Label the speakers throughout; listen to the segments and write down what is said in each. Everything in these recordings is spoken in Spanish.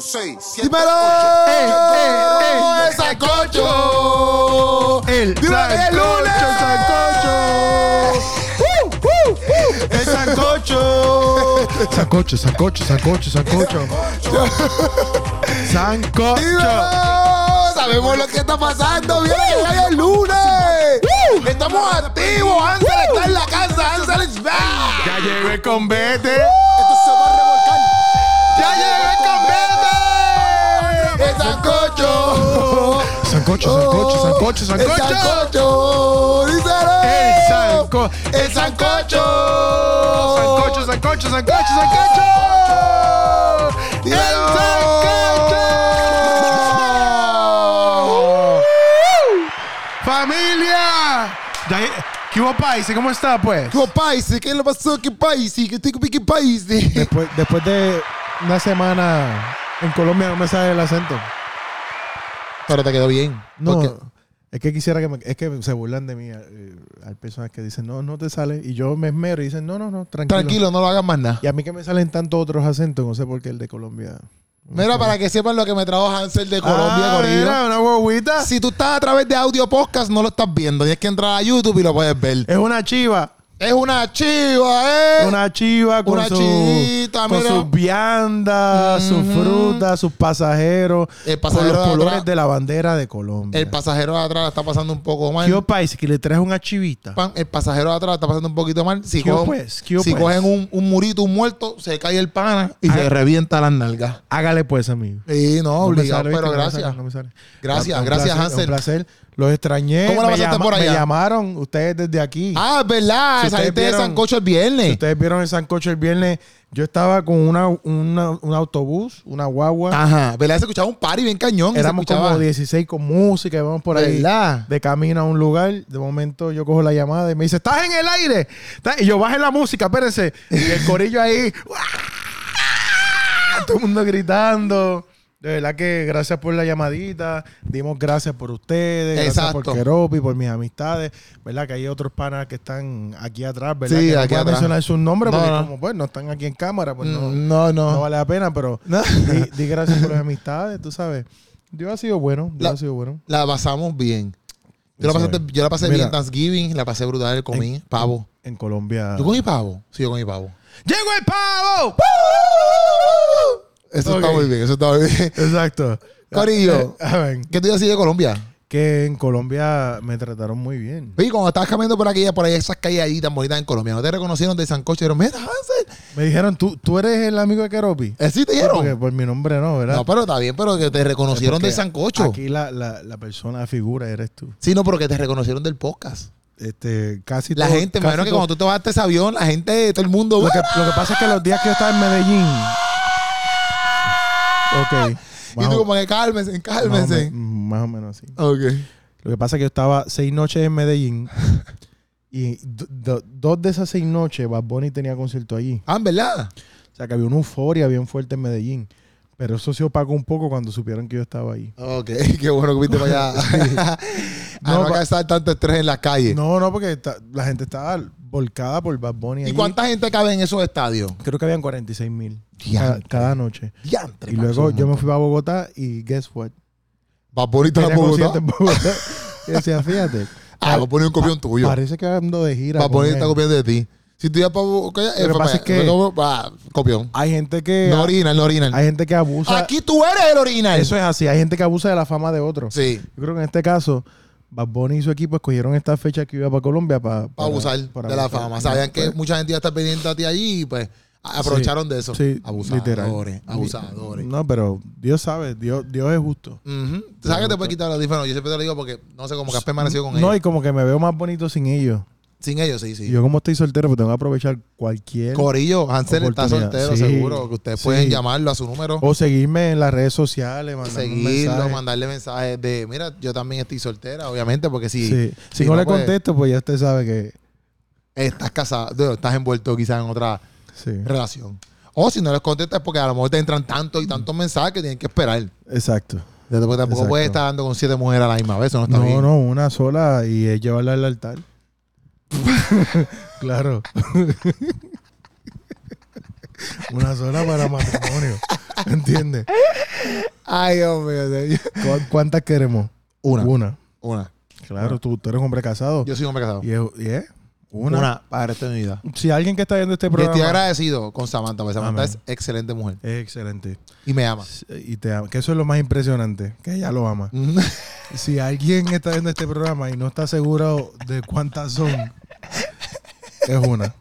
Speaker 1: 6, 7,
Speaker 2: ¡Dímelo! Eh,
Speaker 1: 8.
Speaker 2: ¡El sancocho!
Speaker 3: El
Speaker 2: ¡Dímelo, es lunes!
Speaker 3: ¡El sancocho! Sancocho, sancocho, sancocho, sancocho. Sancocho.
Speaker 2: ¡Dímelo! Sabemos lo que está pasando. Viene que ya es lunes. Estamos activos. Ansel está en la casa. Ansel is back.
Speaker 3: Ya llegó el convete.
Speaker 1: Esto se va a revolcar.
Speaker 3: Ya llegó
Speaker 2: ¡El sancocho!
Speaker 3: Sancocho, sancocho, sancocho,
Speaker 2: ¡El
Speaker 3: sancocho.
Speaker 2: sancocho! ¡Díselo!
Speaker 3: El sanco,
Speaker 2: ¡El sancocho!
Speaker 3: sancocho, sancocho, sancocho, sancocho. El
Speaker 2: Dímelo.
Speaker 3: sancocho. Familia. Ya, ¿Qué hubo, país? ¿Cómo está, pues?
Speaker 2: ¿Qué paisi? ¿Qué le pasó? ¿Qué paisi? ¿Qué tico pique paisi?
Speaker 3: Después, después de una semana en Colombia no me sale el acento.
Speaker 2: Pero te quedó bien.
Speaker 3: No,
Speaker 2: Porque-
Speaker 3: es que quisiera que me- es que se burlan de mí. eh, Hay personas que dicen, no, no te sale. Y yo me esmero y dicen, no, no, no, tranquilo.
Speaker 2: Tranquilo, no lo hagas más nada.
Speaker 3: Y a mí que me salen tantos otros acentos, no sé por qué el de Colombia.
Speaker 2: Mira, para que sepan lo que me trajo Hansel de Colombia,
Speaker 3: Ah,
Speaker 2: Corillo.
Speaker 3: mira, una huevita.
Speaker 2: Si tú estás a través de audio podcast, no lo estás viendo. Tienes que entrar a YouTube y lo puedes ver.
Speaker 3: Es una chiva.
Speaker 2: Es una chiva, ¿eh?
Speaker 3: Una chiva con,
Speaker 2: Una
Speaker 3: su-
Speaker 2: chivita,
Speaker 3: con
Speaker 2: mira.
Speaker 3: sus viandas, sus frutas, sus pasajeros.
Speaker 2: El pasajero
Speaker 3: con
Speaker 2: de
Speaker 3: los colores
Speaker 2: atrás.
Speaker 3: de la bandera de Colombia.
Speaker 2: El pasajero de atrás la está pasando un poco mal.
Speaker 3: Yo, país, que le traes una chivita.
Speaker 2: Pan, el pasajero de atrás la está pasando un poquito mal. Si,
Speaker 3: ¿Qué hubo,
Speaker 2: cogen-
Speaker 3: pues? ¿Qué hubo,
Speaker 2: si
Speaker 3: pues?
Speaker 2: cogen un, un murito, un muerto, se cae el pana y
Speaker 3: Ah.
Speaker 2: se revienta las nalgas.
Speaker 3: Hágale pues, amigo.
Speaker 2: Sí, no,
Speaker 3: No me
Speaker 2: obligado,
Speaker 3: sale, ¿viste?
Speaker 2: pero
Speaker 3: No me
Speaker 2: gracias.
Speaker 3: sale, no me sale.
Speaker 2: Gracias,
Speaker 3: Un
Speaker 2: gracias,
Speaker 3: placer,
Speaker 2: Hansel.
Speaker 3: Un placer. Los extrañé.
Speaker 2: ¿Cómo la
Speaker 3: Me
Speaker 2: pasaste por allá?
Speaker 3: Me llamaron ustedes desde aquí.
Speaker 2: Ah, eh. es verdad.
Speaker 3: Si ustedes
Speaker 2: Saliste de
Speaker 3: vieron-
Speaker 2: Sancocho el
Speaker 3: Si
Speaker 2: viernes.
Speaker 3: ustedes vieron el sancocho el viernes. Yo estaba con una, una- un autobús, una guagua.
Speaker 2: Ajá, ¿verdad? Se escuchaba un party bien cañón. se
Speaker 3: Éramos
Speaker 2: escuchaba.
Speaker 3: como 16 con música. Íbamos por ahí.
Speaker 2: ¿Verdad?
Speaker 3: De camino a un lugar, de momento yo cojo la llamada y me dice, ¿estás en el aire? ¿Estás-?" Y yo bajé la música, espérense. Y el corillo ahí, ¡guau! todo el mundo gritando. De verdad que gracias por la llamadita. Dimos gracias por ustedes. Gracias
Speaker 2: Exacto.
Speaker 3: por Keropi, por mis amistades. ¿Verdad? Que hay otros panas que están aquí atrás, ¿verdad?
Speaker 2: Sí, aquí
Speaker 3: que no voy a
Speaker 2: atrás.
Speaker 3: mencionar sus nombres
Speaker 2: No,
Speaker 3: porque
Speaker 2: no. Mm,
Speaker 3: como pues no están aquí en cámara, pues no,
Speaker 2: No, no.
Speaker 3: no vale la pena, pero
Speaker 2: No.
Speaker 3: di, di gracias por las amistades, tú sabes. Dios ha sido bueno, Dios
Speaker 2: La-
Speaker 3: ha sido bueno.
Speaker 2: La pasamos bien. Yo la,
Speaker 3: Eso
Speaker 2: pasé,
Speaker 3: es.
Speaker 2: yo la pasé
Speaker 3: Mira.
Speaker 2: bien en Thanksgiving, la pasé brutal, comí pavo.
Speaker 3: En Ah. Colombia.
Speaker 2: ¿Yo comí pavo? Sí, yo comí pavo.
Speaker 3: ¡Llegó el pavo!
Speaker 2: Eso
Speaker 3: Ok.
Speaker 2: está muy bien, eso está muy bien.
Speaker 3: Exacto.
Speaker 2: Corillo.
Speaker 3: Eh, a ver,
Speaker 2: ¿Qué te iba a decir de Colombia?
Speaker 3: que en Colombia me trataron muy bien.
Speaker 2: Oye, cuando estabas caminando por aquí, por ahí, esas calles allí tan bonitas en Colombia, ¿no te reconocieron de Sancocho? Dijeron, mira, Hansel.
Speaker 3: Me dijeron, ¿tú, tú eres el amigo de Keropi?
Speaker 2: ¿Eh, ¿Sí te
Speaker 3: Porque
Speaker 2: dijeron?
Speaker 3: por mi nombre no, ¿verdad?
Speaker 2: No, pero está bien, pero que te reconocieron
Speaker 3: Porque
Speaker 2: de Sancocho.
Speaker 3: Aquí la, la, la persona, la figura eres tú.
Speaker 2: Sí, no, pero que te reconocieron del podcast.
Speaker 3: Este, casi
Speaker 2: La
Speaker 3: todo-
Speaker 2: gente, me
Speaker 3: casi
Speaker 2: imagino que
Speaker 3: todo-
Speaker 2: cuando tú te bajaste ese avión, la gente, todo el mundo.
Speaker 3: Lo que,
Speaker 2: "Ah".
Speaker 3: lo que pasa es que los días que yo estaba en Medellín. Ok.
Speaker 2: y
Speaker 3: más
Speaker 2: tú,
Speaker 3: o-
Speaker 2: como que cálmense,
Speaker 3: más o me-
Speaker 2: cálmense.
Speaker 3: Más o menos así.
Speaker 2: Ok.
Speaker 3: Lo que pasa es que yo estaba seis noches en Medellín y do- do- dos de esas seis noches Bad Bunny tenía concierto allí.
Speaker 2: Ah, ¿en ¿verdad?
Speaker 3: O sea que había una euforia bien fuerte en Medellín. Pero eso se opacó un poco cuando supieron que yo estaba ahí.
Speaker 2: Ok, qué bueno que viste para allá. a
Speaker 3: No,
Speaker 2: no
Speaker 3: pa-
Speaker 2: causar tanto estrés en las calles.
Speaker 3: No, no, porque ta- la gente estaba volcada por Bad Bunny.
Speaker 2: ¿Y
Speaker 3: allí.
Speaker 2: cuánta gente cabe en esos estadios?
Speaker 3: Creo que habían 46 mil cada,
Speaker 2: Diantre.
Speaker 3: cada noche.
Speaker 2: Diantre,
Speaker 3: Y
Speaker 2: Max, un
Speaker 3: luego yo me
Speaker 2: montón.
Speaker 3: fui para Bogotá y guess what?
Speaker 2: Va bonito
Speaker 3: Tenía
Speaker 2: a
Speaker 3: concierto
Speaker 2: Bogotá.
Speaker 3: en Bogotá. Y decía, fíjate,
Speaker 2: Ah, va a poner un copión tuyo.
Speaker 3: parece que ando de gira.
Speaker 2: Va a
Speaker 3: con
Speaker 2: poner
Speaker 3: él.
Speaker 2: está copiando de ti. Si tú ya eh, para Bogotá,
Speaker 3: Lo que pasa es que- eh,
Speaker 2: copión.
Speaker 3: Hay gente que...
Speaker 2: No Ah, orinan, no orinan.
Speaker 3: hay gente que abusa...
Speaker 2: Aquí tú eres el original.
Speaker 3: Eso es así. Hay gente que abusa de la fama de otros.
Speaker 2: Sí.
Speaker 3: Yo creo que en este caso, Bad Bunny y su equipo escogieron esta fecha que iba para Colombia para,
Speaker 2: Para abusar de la fama. Sabían que mucha gente iba a estar pendiente a ti allí y pues a- aprovecharon de eso.
Speaker 3: Pues- Sí,
Speaker 2: abusadores,
Speaker 3: literal.
Speaker 2: abusadores.
Speaker 3: No, pero Dios sabe, Dios, Dios es justo.
Speaker 2: Ujú. ¿Tú sabes que te puedes quitar los diferentes? Yo siempre te lo digo porque no sé cómo que has permanecido con
Speaker 3: No,
Speaker 2: ellos.
Speaker 3: y como que me veo más bonito sin ellos.
Speaker 2: Sin ellos, sí, sí.
Speaker 3: Y Yo como estoy soltero, pues tengo que aprovechar cualquier...
Speaker 2: Corillo, Hansel está
Speaker 3: Oportunidad.
Speaker 2: soltero,
Speaker 3: Sí.
Speaker 2: seguro. Que ustedes pueden
Speaker 3: Sí.
Speaker 2: llamarlo a su número,
Speaker 3: o seguirme en las redes sociales, mandarme un
Speaker 2: seguirlo,
Speaker 3: mensaje.
Speaker 2: mandarle mensajes de, mira, yo también estoy soltera, obviamente, porque si,
Speaker 3: Sí. Si no, le
Speaker 2: pues,
Speaker 3: contesto, pues ya usted sabe que...
Speaker 2: estás casado, digo, estás envuelto quizás en otra
Speaker 3: Sí,
Speaker 2: relación. O si no les contestas es porque a lo mejor te entran tantos y tantos mensajes que tienen que esperar.
Speaker 3: exacto.
Speaker 2: Entonces, Porque tampoco
Speaker 3: Exacto.
Speaker 2: puedes estar dando con siete mujeres a la misma vez, eso no Ah, está
Speaker 3: No,
Speaker 2: bien.
Speaker 3: no, una sola y es llevarla al altar. claro. una sola para matrimonio. ¿Entiendes?
Speaker 2: Ay, Dios mío. señor.
Speaker 3: ¿Cu- ¿Cuántas queremos?
Speaker 2: Una.
Speaker 3: Una.
Speaker 2: Una.
Speaker 3: Claro, tú, tú eres hombre casado.
Speaker 2: Yo soy un hombre casado.
Speaker 3: Y es, y es una.
Speaker 2: Una. para el resto de mi vida.
Speaker 3: Si alguien que está viendo este
Speaker 2: Y estoy
Speaker 3: programa...
Speaker 2: agradecido con Samantha, porque Samantha
Speaker 3: Amén.
Speaker 2: es excelente mujer.
Speaker 3: Es excelente.
Speaker 2: Y me ama.
Speaker 3: Y te ama. Que eso es lo más impresionante, que ella lo ama. Si alguien está viendo este programa y no está seguro de cuántas son, es una.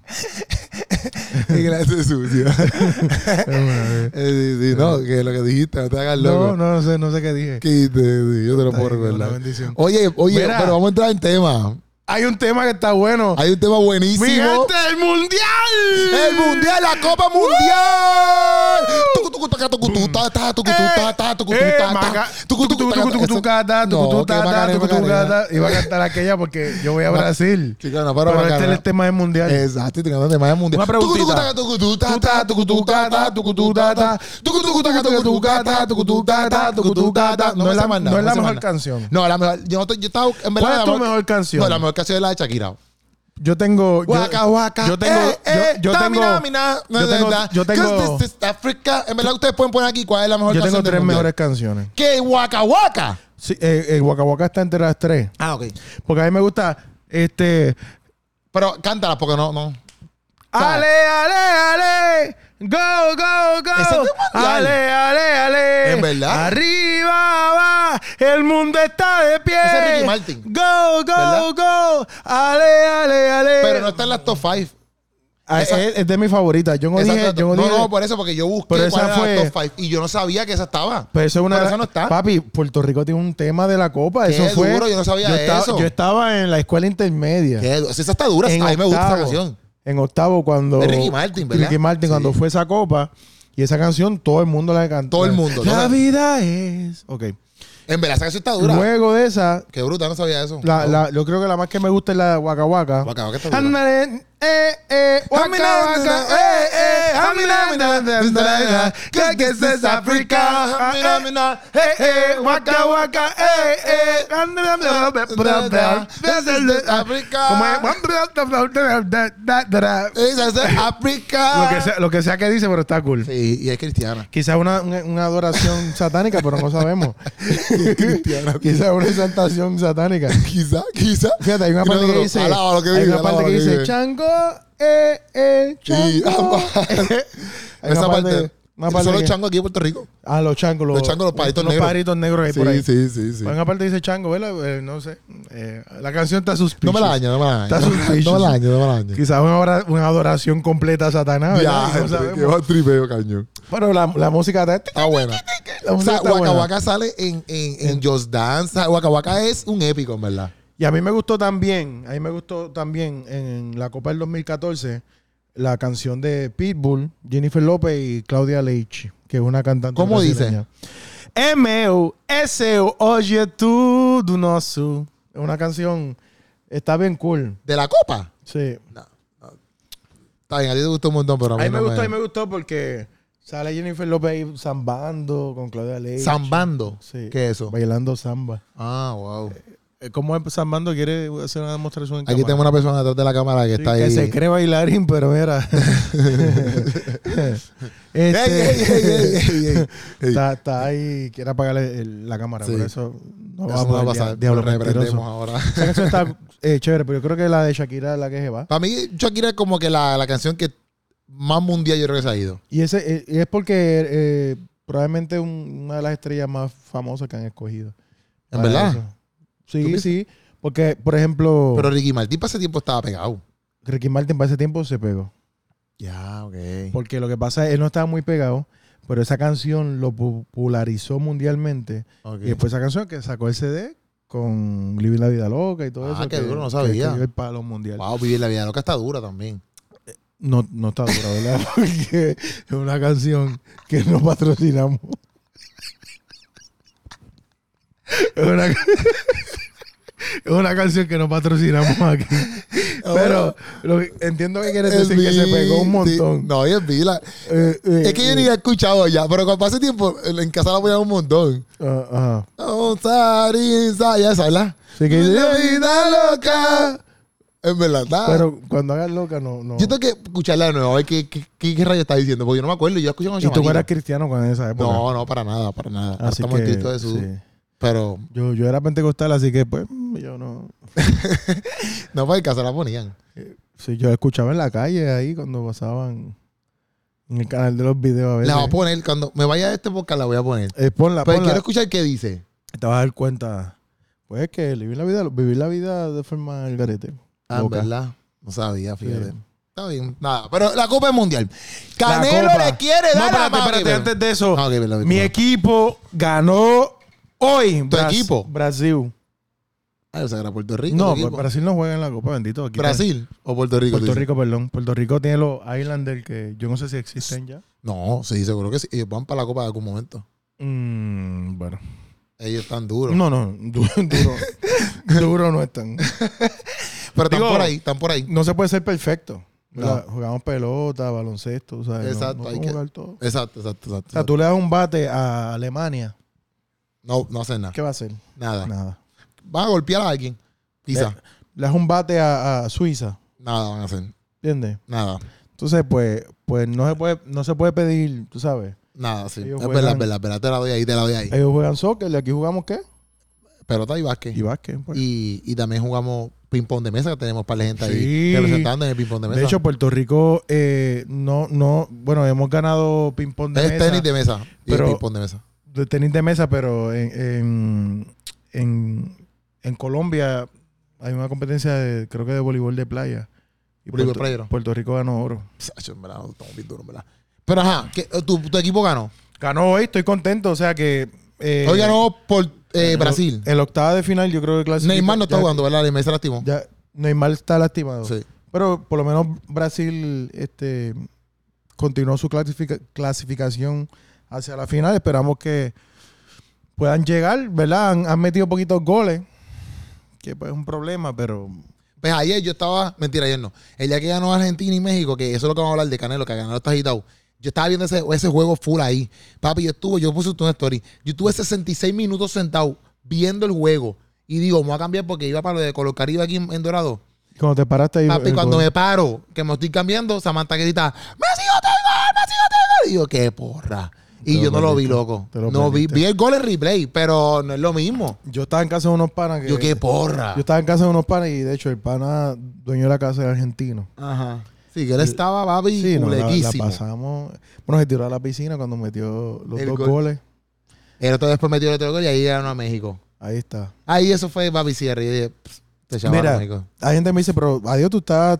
Speaker 2: Qué clase sucia.
Speaker 3: Es una, eh.
Speaker 2: Eh, sí, sí, no, que lo que dijiste, no te hagas loco.
Speaker 3: No, no, no sé, no sé qué dije.
Speaker 2: Que dijiste, sí, yo te lo
Speaker 3: Está
Speaker 2: puedo
Speaker 3: bien, una
Speaker 2: recordar.
Speaker 3: bendición.
Speaker 2: Oye, oye,
Speaker 3: Mira.
Speaker 2: pero vamos a entrar en tema.
Speaker 3: Hay un tema que está bueno.
Speaker 2: Hay un tema buenísimo.
Speaker 3: ¡Mi gente, el mundial!
Speaker 2: El mundial, la Copa Mundial. Tucutucutaca,
Speaker 3: Eh,
Speaker 2: tucututata, tucututata, tucututata, tucututata. No, que Macarena, Macarena.
Speaker 3: Iba a cantar aquella porque yo voy a Brasil.
Speaker 2: Chica, no, pero
Speaker 3: Pero este es
Speaker 2: Macarena. Eh,
Speaker 3: el tema del mundial.
Speaker 2: Exacto, y te cantaste más de mundial.
Speaker 3: Una preguntita.
Speaker 2: Tucututata, tucututata, tucututata, tucututata, tucututata, tucututata, tucututata.
Speaker 3: No
Speaker 2: me
Speaker 3: es la-
Speaker 2: sé más nada,
Speaker 3: no es la
Speaker 2: me sé más
Speaker 3: mejor
Speaker 2: nada.
Speaker 3: canción.
Speaker 2: No, la mejor. Yo, no estoy- yo estaba. En verdad,
Speaker 3: ¿Cuál es
Speaker 2: la
Speaker 3: tu mejor canción?
Speaker 2: No, la mejor canción es la de Shakira.
Speaker 3: Yo tengo. yo-
Speaker 2: Waka, waka.
Speaker 3: Yo tengo.
Speaker 2: eh,
Speaker 3: yo-
Speaker 2: eh,
Speaker 3: Yo
Speaker 2: tamina,
Speaker 3: tengo.
Speaker 2: mina, na,
Speaker 3: yo
Speaker 2: na,
Speaker 3: tengo-
Speaker 2: na.
Speaker 3: yo tengo-
Speaker 2: 'Cause this is Africa. En verdad, ustedes pueden poner aquí cuál es la mejor
Speaker 3: Yo tengo
Speaker 2: canción. del
Speaker 3: tres
Speaker 2: mundial.
Speaker 3: mejores canciones.
Speaker 2: ¿Qué? Waka, waka.
Speaker 3: Sí, eh, el Waka Waka está entre las tres.
Speaker 2: Ah, ok.
Speaker 3: Porque a mí me gusta. Este.
Speaker 2: Pero cántala porque no, no.
Speaker 3: Ale, ale, ale. Go, go,
Speaker 2: Ese es
Speaker 3: go.
Speaker 2: del mundial.
Speaker 3: Ale, ale, ale.
Speaker 2: En verdad.
Speaker 3: Arriba va. El mundo está de pie.
Speaker 2: Ese es Ricky Martin.
Speaker 3: Go, go,
Speaker 2: ¿Verdad?
Speaker 3: go. Ale, ale, ale.
Speaker 2: Pero no está en las top 5.
Speaker 3: Ah,
Speaker 2: esa-
Speaker 3: es, es de mis favoritas. Yo no dije. Yo no,
Speaker 2: no, no,
Speaker 3: dije-
Speaker 2: por eso, porque yo busqué
Speaker 3: Pero
Speaker 2: cuál
Speaker 3: esa
Speaker 2: era la
Speaker 3: fue-
Speaker 2: top 5 y yo no sabía que esa estaba.
Speaker 3: Pero eso es una.
Speaker 2: Por eso no está.
Speaker 3: Papi, Puerto Rico tiene un tema de la copa.
Speaker 2: Qué
Speaker 3: Eso fue.
Speaker 2: duro, yo no sabía
Speaker 3: estaba,
Speaker 2: eso.
Speaker 3: Yo estaba en la escuela intermedia.
Speaker 2: Qué du- Esa está dura.
Speaker 3: En
Speaker 2: a mí me gusta esa
Speaker 3: octavo.
Speaker 2: canción.
Speaker 3: En octavo, cuando.
Speaker 2: De Ricky Martin, ¿verdad?
Speaker 3: Ricky Martin,
Speaker 2: Sí.
Speaker 3: cuando fue esa copa. Y esa canción, todo el mundo la cantó.
Speaker 2: Todo el mundo,
Speaker 3: La
Speaker 2: todo el-
Speaker 3: vida es. Ok.
Speaker 2: En verdad, esa canción está dura.
Speaker 3: Luego de esa,
Speaker 2: Qué bruta, no sabía eso.
Speaker 3: la, la- yo creo que la más que me gusta es la de Waka Waka.
Speaker 2: Waka Waka está dura.
Speaker 3: Ándale, eh, eh, Waka Waka, eh, eh, ándale, ándale, ándale, que this is Africa. Ah, eh, eh, eh, Waka Waka, eh, eh, ándale, ándale, this is Africa. ¿Cómo es?
Speaker 2: Esa es de África.
Speaker 3: Lo que sea- Lo que sea que dice, pero está cool.
Speaker 2: Sí, y es cristiana.
Speaker 3: Quizás una, una, una adoración satánica, pero no sabemos. Quizás una exaltación satánica.
Speaker 2: Quizá, quizá.
Speaker 3: Fíjate, hay una
Speaker 2: Y
Speaker 3: parte que
Speaker 2: nosotros,
Speaker 3: dice.
Speaker 2: alaba lo que
Speaker 3: hay
Speaker 2: vive,
Speaker 3: una
Speaker 2: alaba
Speaker 3: parte que
Speaker 2: lo que
Speaker 3: dice
Speaker 2: vive.
Speaker 3: Chango, eh, eh,
Speaker 2: Sí, ah, pues.
Speaker 3: Chango. Hay
Speaker 2: Esa
Speaker 3: una
Speaker 2: parte.
Speaker 3: una
Speaker 2: Son los
Speaker 3: que-
Speaker 2: changos aquí en Puerto Rico.
Speaker 3: Ah, los changos.
Speaker 2: Los changos, los pajaritos
Speaker 3: Los
Speaker 2: negros.
Speaker 3: pajaritos negros que hay
Speaker 2: Sí,
Speaker 3: por ahí.
Speaker 2: sí, sí, sí.
Speaker 3: Hay una parte que dice Chango, ¿verdad? Eh, no sé. Eh, la canción está
Speaker 2: No
Speaker 3: suspicious.
Speaker 2: me la daño, no me la
Speaker 3: Está
Speaker 2: daño. No me la daño, no me la daño.
Speaker 3: Quizás una, hora- una adoración completa a Satanás. ¿verdad?
Speaker 2: Ya,
Speaker 3: No sabemos.
Speaker 2: que va tripeo, cañón.
Speaker 3: Pero la, la música este. está.
Speaker 2: Está buena.
Speaker 3: La
Speaker 2: O
Speaker 3: música
Speaker 2: sea,
Speaker 3: está buena.
Speaker 2: Waka Waka sale en, en, en Just Dance. O sea, Waka Waka es un épico, en verdad.
Speaker 3: Y a mí me gustó también, a mí me gustó también en la Copa del 2014 la canción de Pitbull, Jennifer López y Claudia Leitch, que es una cantante
Speaker 2: ¿Cómo dice?
Speaker 3: m o s o Oye tú do nosso. Es una canción, está bien cool.
Speaker 2: ¿De la copa?
Speaker 3: Sí.
Speaker 2: Está bien, a ti te gustó un montón, pero a
Speaker 3: A
Speaker 2: mí,
Speaker 3: mí
Speaker 2: no
Speaker 3: me gustó, a mí me gustó porque sale Jennifer López ahí zambando con Claudia Leitch.
Speaker 2: Zambando.
Speaker 3: Sí.
Speaker 2: ¿Qué es eso?
Speaker 3: Bailando samba.
Speaker 2: Ah, wow.
Speaker 3: Eh, ¿Cómo es zambando? ¿Quiere hacer una demostración en
Speaker 2: Aquí
Speaker 3: cámara?
Speaker 2: tengo una persona detrás de la cámara que
Speaker 3: Sí,
Speaker 2: está
Speaker 3: que
Speaker 2: ahí.
Speaker 3: se cree bailarín, pero mira.
Speaker 2: Ey,
Speaker 3: Este,
Speaker 2: ey, ey, ey, ey, ey, ey.
Speaker 3: Está, está ahí, quiere apagar el- el- la cámara,
Speaker 2: Sí.
Speaker 3: por eso no va
Speaker 2: Eso
Speaker 3: a
Speaker 2: no va a
Speaker 3: poder.
Speaker 2: pasar.
Speaker 3: diablo
Speaker 2: Lo reprendemos
Speaker 3: mentiroso.
Speaker 2: ahora.
Speaker 3: Esa canción está eh, chévere, pero yo creo que la de Shakira es la que se va.
Speaker 2: Para mí, Shakira es como que la, la canción que más mundial yo creo que se ha ido.
Speaker 3: Y ese eh, y es porque eh, probablemente un- una de las estrellas más famosas que han escogido.
Speaker 2: ¿En
Speaker 3: para
Speaker 2: verdad?
Speaker 3: eso.
Speaker 2: ¿Tú
Speaker 3: Sí,
Speaker 2: crees?
Speaker 3: sí. Porque, por ejemplo,
Speaker 2: Pero Ricky Martin para ese tiempo estaba pegado.
Speaker 3: Ricky Martin para ese tiempo se pegó.
Speaker 2: Ya, ok.
Speaker 3: Porque lo que pasa es él no estaba muy pegado, pero esa canción lo popularizó mundialmente.
Speaker 2: Ok.
Speaker 3: Y después esa canción que sacó el CD con Living la Vida Loca y todo
Speaker 2: Ah,
Speaker 3: eso.
Speaker 2: qué
Speaker 3: que-
Speaker 2: duro, no
Speaker 3: que-
Speaker 2: sabía.
Speaker 3: que dio el palo mundial.
Speaker 2: Wow, vivir la vida loca está dura también.
Speaker 3: No, no está dura, ¿verdad? Porque es una canción que no patrocinamos. Es una, es una canción que no patrocinamos aquí. Pero lo que- entiendo que quieres decir que se pegó un montón.
Speaker 2: No, yo vi la...
Speaker 3: Eh, eh,
Speaker 2: Es que yo ni
Speaker 3: eh,
Speaker 2: la he escuchado ya, pero cuando pasé tiempo, en casa la ponían un montón.
Speaker 3: ah, ajá.
Speaker 2: Oh, sorry, sorry, ya sabes, ¿verdad?
Speaker 3: Sí, que dice,
Speaker 2: La vida loca. Es verdad, nada.
Speaker 3: Pero cuando hagas loca, no. no.
Speaker 2: yo tengo que escucharla de nuevo, a ver qué, qué, qué, qué rayos está diciendo, porque yo no me acuerdo. Yo la escuché con
Speaker 3: Y tú
Speaker 2: chamanito.
Speaker 3: eras cristiano cuando en esa época.
Speaker 2: No, no, para nada, para nada. Ahora
Speaker 3: así
Speaker 2: Estamos
Speaker 3: que,
Speaker 2: en Cristo Jesús.
Speaker 3: sí.
Speaker 2: Pero
Speaker 3: Yo, yo era pentecostal, así que pues yo no.
Speaker 2: no para el caso la ponían.
Speaker 3: Sí, yo escuchaba en la calle ahí cuando pasaban en el canal de los videos a veces.
Speaker 2: La voy a poner, cuando me vaya a este podcast la voy a poner.
Speaker 3: Eh,
Speaker 2: Pero
Speaker 3: ponla, Pues ponla.
Speaker 2: pues, quiero escuchar qué dice.
Speaker 3: Te vas a dar cuenta. Pues que vivir la vida, vivir la vida de forma al garete.
Speaker 2: Ah,
Speaker 3: Loca.
Speaker 2: ¿verdad? No sabía, fíjate.
Speaker 3: Sí.
Speaker 2: Está bien, nada. Pero la Copa es mundial. Canelo
Speaker 3: Copa.
Speaker 2: le quiere
Speaker 3: No,
Speaker 2: dar a
Speaker 3: espérate,
Speaker 2: Maury,
Speaker 3: espérate,
Speaker 2: pero-
Speaker 3: antes de eso.
Speaker 2: Ah, ok, perdón,
Speaker 3: Mi
Speaker 2: disculpa.
Speaker 3: equipo ganó hoy. ¿Tu
Speaker 2: equipo?
Speaker 3: Brasil.
Speaker 2: Ah, o sea, era Puerto Rico.
Speaker 3: No,
Speaker 2: tu equipo.
Speaker 3: pues Brasil no juega en la Copa, bendito. Aquí está-
Speaker 2: Brasil o Puerto Rico.
Speaker 3: Puerto
Speaker 2: tú dices?
Speaker 3: Rico, perdón. Puerto Rico tiene los Islanders que yo no sé si existen ya.
Speaker 2: No, sí, seguro que sí. Ellos van para la Copa de algún momento.
Speaker 3: Mm, bueno.
Speaker 2: Ellos están duros.
Speaker 3: No, no, du- duro. duro no están.
Speaker 2: Pero están
Speaker 3: Digo-
Speaker 2: por ahí, están por ahí.
Speaker 3: No se puede ser perfecto.
Speaker 2: No.
Speaker 3: ¿verdad? Jugamos pelota, baloncesto, o sea, no-
Speaker 2: Exacto,
Speaker 3: no,
Speaker 2: hay
Speaker 3: podemos
Speaker 2: que-
Speaker 3: jugar todo.
Speaker 2: Exacto, exacto, exacto.
Speaker 3: O sea,
Speaker 2: exacto.
Speaker 3: tú le das un bate a Alemania,
Speaker 2: No, no hacen nada.
Speaker 3: ¿qué va a hacer?
Speaker 2: Nada.
Speaker 3: Nada.
Speaker 2: Van a golpear a alguien. Quizá.
Speaker 3: Eh. Le das un bate a, a Suiza,
Speaker 2: Nada van a hacer.
Speaker 3: ¿entiendes?
Speaker 2: Nada.
Speaker 3: Entonces, pues, pues no se puede, no se puede pedir, tú sabes.
Speaker 2: Nada, sí.
Speaker 3: Ellos
Speaker 2: Es verdad, es
Speaker 3: juegan- Eh.
Speaker 2: verdad, es verdad. Te la doy ahí, te la doy ahí.
Speaker 3: Ellos juegan soccer, y aquí jugamos qué?
Speaker 2: Pelota y básquet.
Speaker 3: Y básquet. pues.
Speaker 2: Y, y también jugamos ping-pong de mesa, que tenemos para la gente
Speaker 3: Sí.
Speaker 2: ahí representando en el ping-pong de mesa.
Speaker 3: de hecho, Puerto Rico eh, no, no, bueno, hemos ganado ping pong de
Speaker 2: es
Speaker 3: mesa,
Speaker 2: tenis de mesa y
Speaker 3: Pero-
Speaker 2: ping-pong de mesa.
Speaker 3: de tenis de mesa, pero en, en, en- en Colombia hay una competencia de, creo que de voleibol de playa. Y
Speaker 2: Voleibol
Speaker 3: Puerto,
Speaker 2: playero.
Speaker 3: Puerto Rico ganó oro.
Speaker 2: Sacho, en verdad, estamos bien duros, en verdad. Pero ajá, ¿qué- eh, tu, tu equipo ganó.
Speaker 3: Ganó hoy, estoy contento, o sea que eh,
Speaker 2: Hoy ganó por eh,
Speaker 3: en-
Speaker 2: Brasil.
Speaker 3: En la octava de final yo creo que clasificó.
Speaker 2: Neymar no está
Speaker 3: Ya-
Speaker 2: jugando, ¿verdad? Neymar se lastimó.
Speaker 3: Ya, Neymar está lastimado.
Speaker 2: Sí.
Speaker 3: Pero por lo menos Brasil este, continuó su clasifica- clasificación hacia la final. Esperamos que puedan llegar, ¿verdad? Han, han metido poquitos goles, que pues es un problema, pero
Speaker 2: Pues ayer yo estaba, mentira, ayer no. El día que ganó Argentina y México, que eso es lo que vamos a hablar de Canelo, que Canelo está agitado. Yo estaba viendo ese, ese juego full ahí. Papi, yo estuve, yo puse una story. Yo estuve 66 minutos sentado viendo el juego. Y digo, vamos a cambiar porque iba para lo de Colo Caribe aquí en, en Dorado.
Speaker 3: cuando te paraste ahí...
Speaker 2: Papi,
Speaker 3: el
Speaker 2: cuando
Speaker 3: gol.
Speaker 2: me paro, que me estoy cambiando, Samantha grita, ¡Messi, otro gol! ¡Messi, otro gol! Y yo, qué porra. Y
Speaker 3: Te lo
Speaker 2: yo no lo vi,
Speaker 3: perdiste,
Speaker 2: loco.
Speaker 3: te lo
Speaker 2: no vi,
Speaker 3: perdiste.
Speaker 2: vi el gol en replay, pero no es lo mismo.
Speaker 3: Yo estaba en casa de unos panas que...
Speaker 2: Yo, qué porra.
Speaker 3: Eh, yo estaba en casa de unos panas y de hecho el pana dueño de la casa era argentino.
Speaker 2: Ajá. Sí, que él estaba, papi,
Speaker 3: Sí, no, la, la
Speaker 2: culequísimo.
Speaker 3: pasamos. Bueno, se tiró a la piscina cuando metió los
Speaker 2: El
Speaker 3: dos
Speaker 2: gol.
Speaker 3: goles.
Speaker 2: El otro después metió el otro gol y ahí llegaron a México.
Speaker 3: Ahí está.
Speaker 2: Ahí eso fue papi cierre. Y dije, "Pss, te llamaron
Speaker 3: Mira.
Speaker 2: a México.
Speaker 3: Hay gente que me dice, pero adiós, tú estás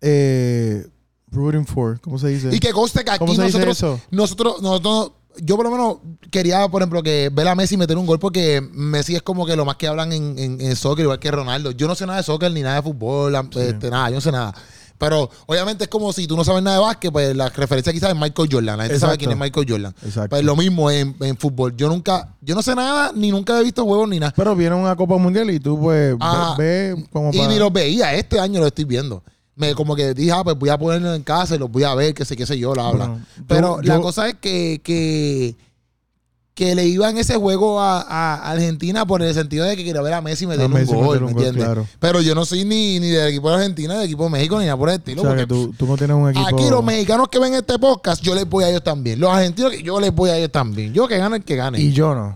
Speaker 3: eh, rooting for. ¿Cómo se dice?
Speaker 2: Y que conste que
Speaker 3: ¿Cómo
Speaker 2: aquí
Speaker 3: se dice
Speaker 2: nosotros,
Speaker 3: eso?
Speaker 2: nosotros, nosotros, yo por lo menos quería, por ejemplo, que ver a Messi meter un gol porque Messi es como que lo más que hablan en, en, en soccer, igual que Ronaldo. Yo no sé nada de soccer ni nada de fútbol, este, nada, yo no sé nada. Pero obviamente es como si tú no sabes nada de básquet, pues la referencia quizás es Michael Jordan. La gente sabe
Speaker 3: Exacto.
Speaker 2: quién es Michael Jordan.
Speaker 3: Exacto.
Speaker 2: Pues lo mismo en, en fútbol. Yo nunca, yo no sé nada, ni nunca he visto juegos ni nada.
Speaker 3: Pero viene una Copa Mundial y tú, pues, ve-
Speaker 2: Ah,
Speaker 3: ves como
Speaker 2: Y
Speaker 3: para...
Speaker 2: ni los veía, este año lo estoy viendo. Me como que dije, ah, pues voy a ponerlo en casa y los voy a ver, que sé qué sé yo, la habla.
Speaker 3: Bueno, yo-
Speaker 2: Pero la
Speaker 3: yo-
Speaker 2: cosa es que, que, que le iban ese juego a, a Argentina por el sentido de que quería ver a Messi meter
Speaker 3: A
Speaker 2: un
Speaker 3: Messi
Speaker 2: gol,
Speaker 3: meter un
Speaker 2: ¿me
Speaker 3: gol,
Speaker 2: entiendes?
Speaker 3: claro.
Speaker 2: Pero yo no soy ni, ni del equipo de Argentina, del equipo de México, ni nada por el estilo.
Speaker 3: o sea,
Speaker 2: porque
Speaker 3: que tú, tú no tienes un equipo...
Speaker 2: aquí los mexicanos que ven este podcast, yo les voy a ellos también. Los argentinos, yo les voy a ellos también. Yo que gane el que gane.
Speaker 3: Y yo no.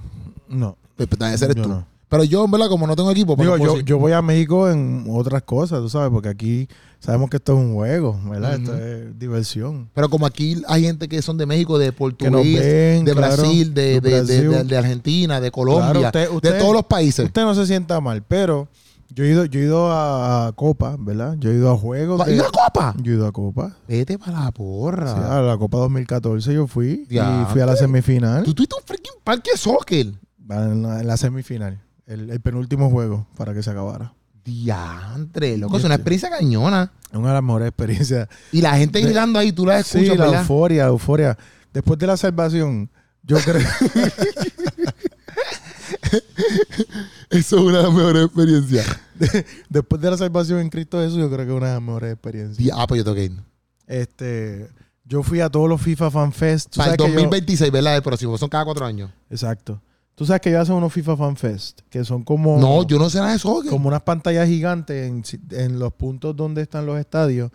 Speaker 3: No.
Speaker 2: Pues, pues, debe ser
Speaker 3: yo
Speaker 2: tú.
Speaker 3: no.
Speaker 2: Pero yo, en verdad, como no tengo equipo, pues,
Speaker 3: Digo,
Speaker 2: no puedo
Speaker 3: yo,
Speaker 2: decir.
Speaker 3: yo voy a México en otras cosas, tú sabes, porque aquí sabemos que esto es un juego, ¿verdad? Esto es diversión.
Speaker 2: Pero como aquí hay gente que son de México, de Portugal,
Speaker 3: nos ven,
Speaker 2: de
Speaker 3: claro,
Speaker 2: Brasil, de, de-
Speaker 3: de
Speaker 2: de-
Speaker 3: Brasil.
Speaker 2: de- de Argentina, de Colombia,
Speaker 3: Claro, usted- usted-
Speaker 2: de todos los países.
Speaker 3: Usted no se sienta mal, pero yo he ido, yo he ido a, a Copa, ¿verdad? Yo he ido a juegos.
Speaker 2: ¿Y
Speaker 3: de-
Speaker 2: la copa?
Speaker 3: Yo he ido a Copa.
Speaker 2: Vete para la porra.
Speaker 3: Sí, a la Copa 2014 yo fui
Speaker 2: Ya,
Speaker 3: y fui a la
Speaker 2: hombre.
Speaker 3: semifinal.
Speaker 2: Tú tuviste un freaking parque de soccer.
Speaker 3: En la, en la semifinal, el, el penúltimo juego para que se acabara.
Speaker 2: Diantre, loco.
Speaker 3: Yo
Speaker 2: Es una
Speaker 3: estoy-
Speaker 2: experiencia cañona.
Speaker 3: Una de las mejores experiencias.
Speaker 2: Y la gente
Speaker 3: De-
Speaker 2: gritando ahí, tú la escuchas,
Speaker 3: Sí, la
Speaker 2: ¿verdad?
Speaker 3: euforia, la euforia. Después de la salvación, yo creo.
Speaker 2: Eso es una de las mejores experiencias.
Speaker 3: después de la salvación en Cristo Jesús, yo creo que es una de las mejores experiencias.
Speaker 2: Di- Ah, pues yo tengo que ir.
Speaker 3: Este, yo fui a todos los FIFA Fan Fest. Tú
Speaker 2: Para el
Speaker 3: sabes que yo-
Speaker 2: 2026, ¿verdad? El próximo. Son cada cuatro años.
Speaker 3: Exacto. Tú sabes que ellos hacen unos FIFA Fan Fest, que son como,
Speaker 2: No, yo no sé nada de soccer.
Speaker 3: como unas pantallas gigantes en, si- en los puntos donde están los estadios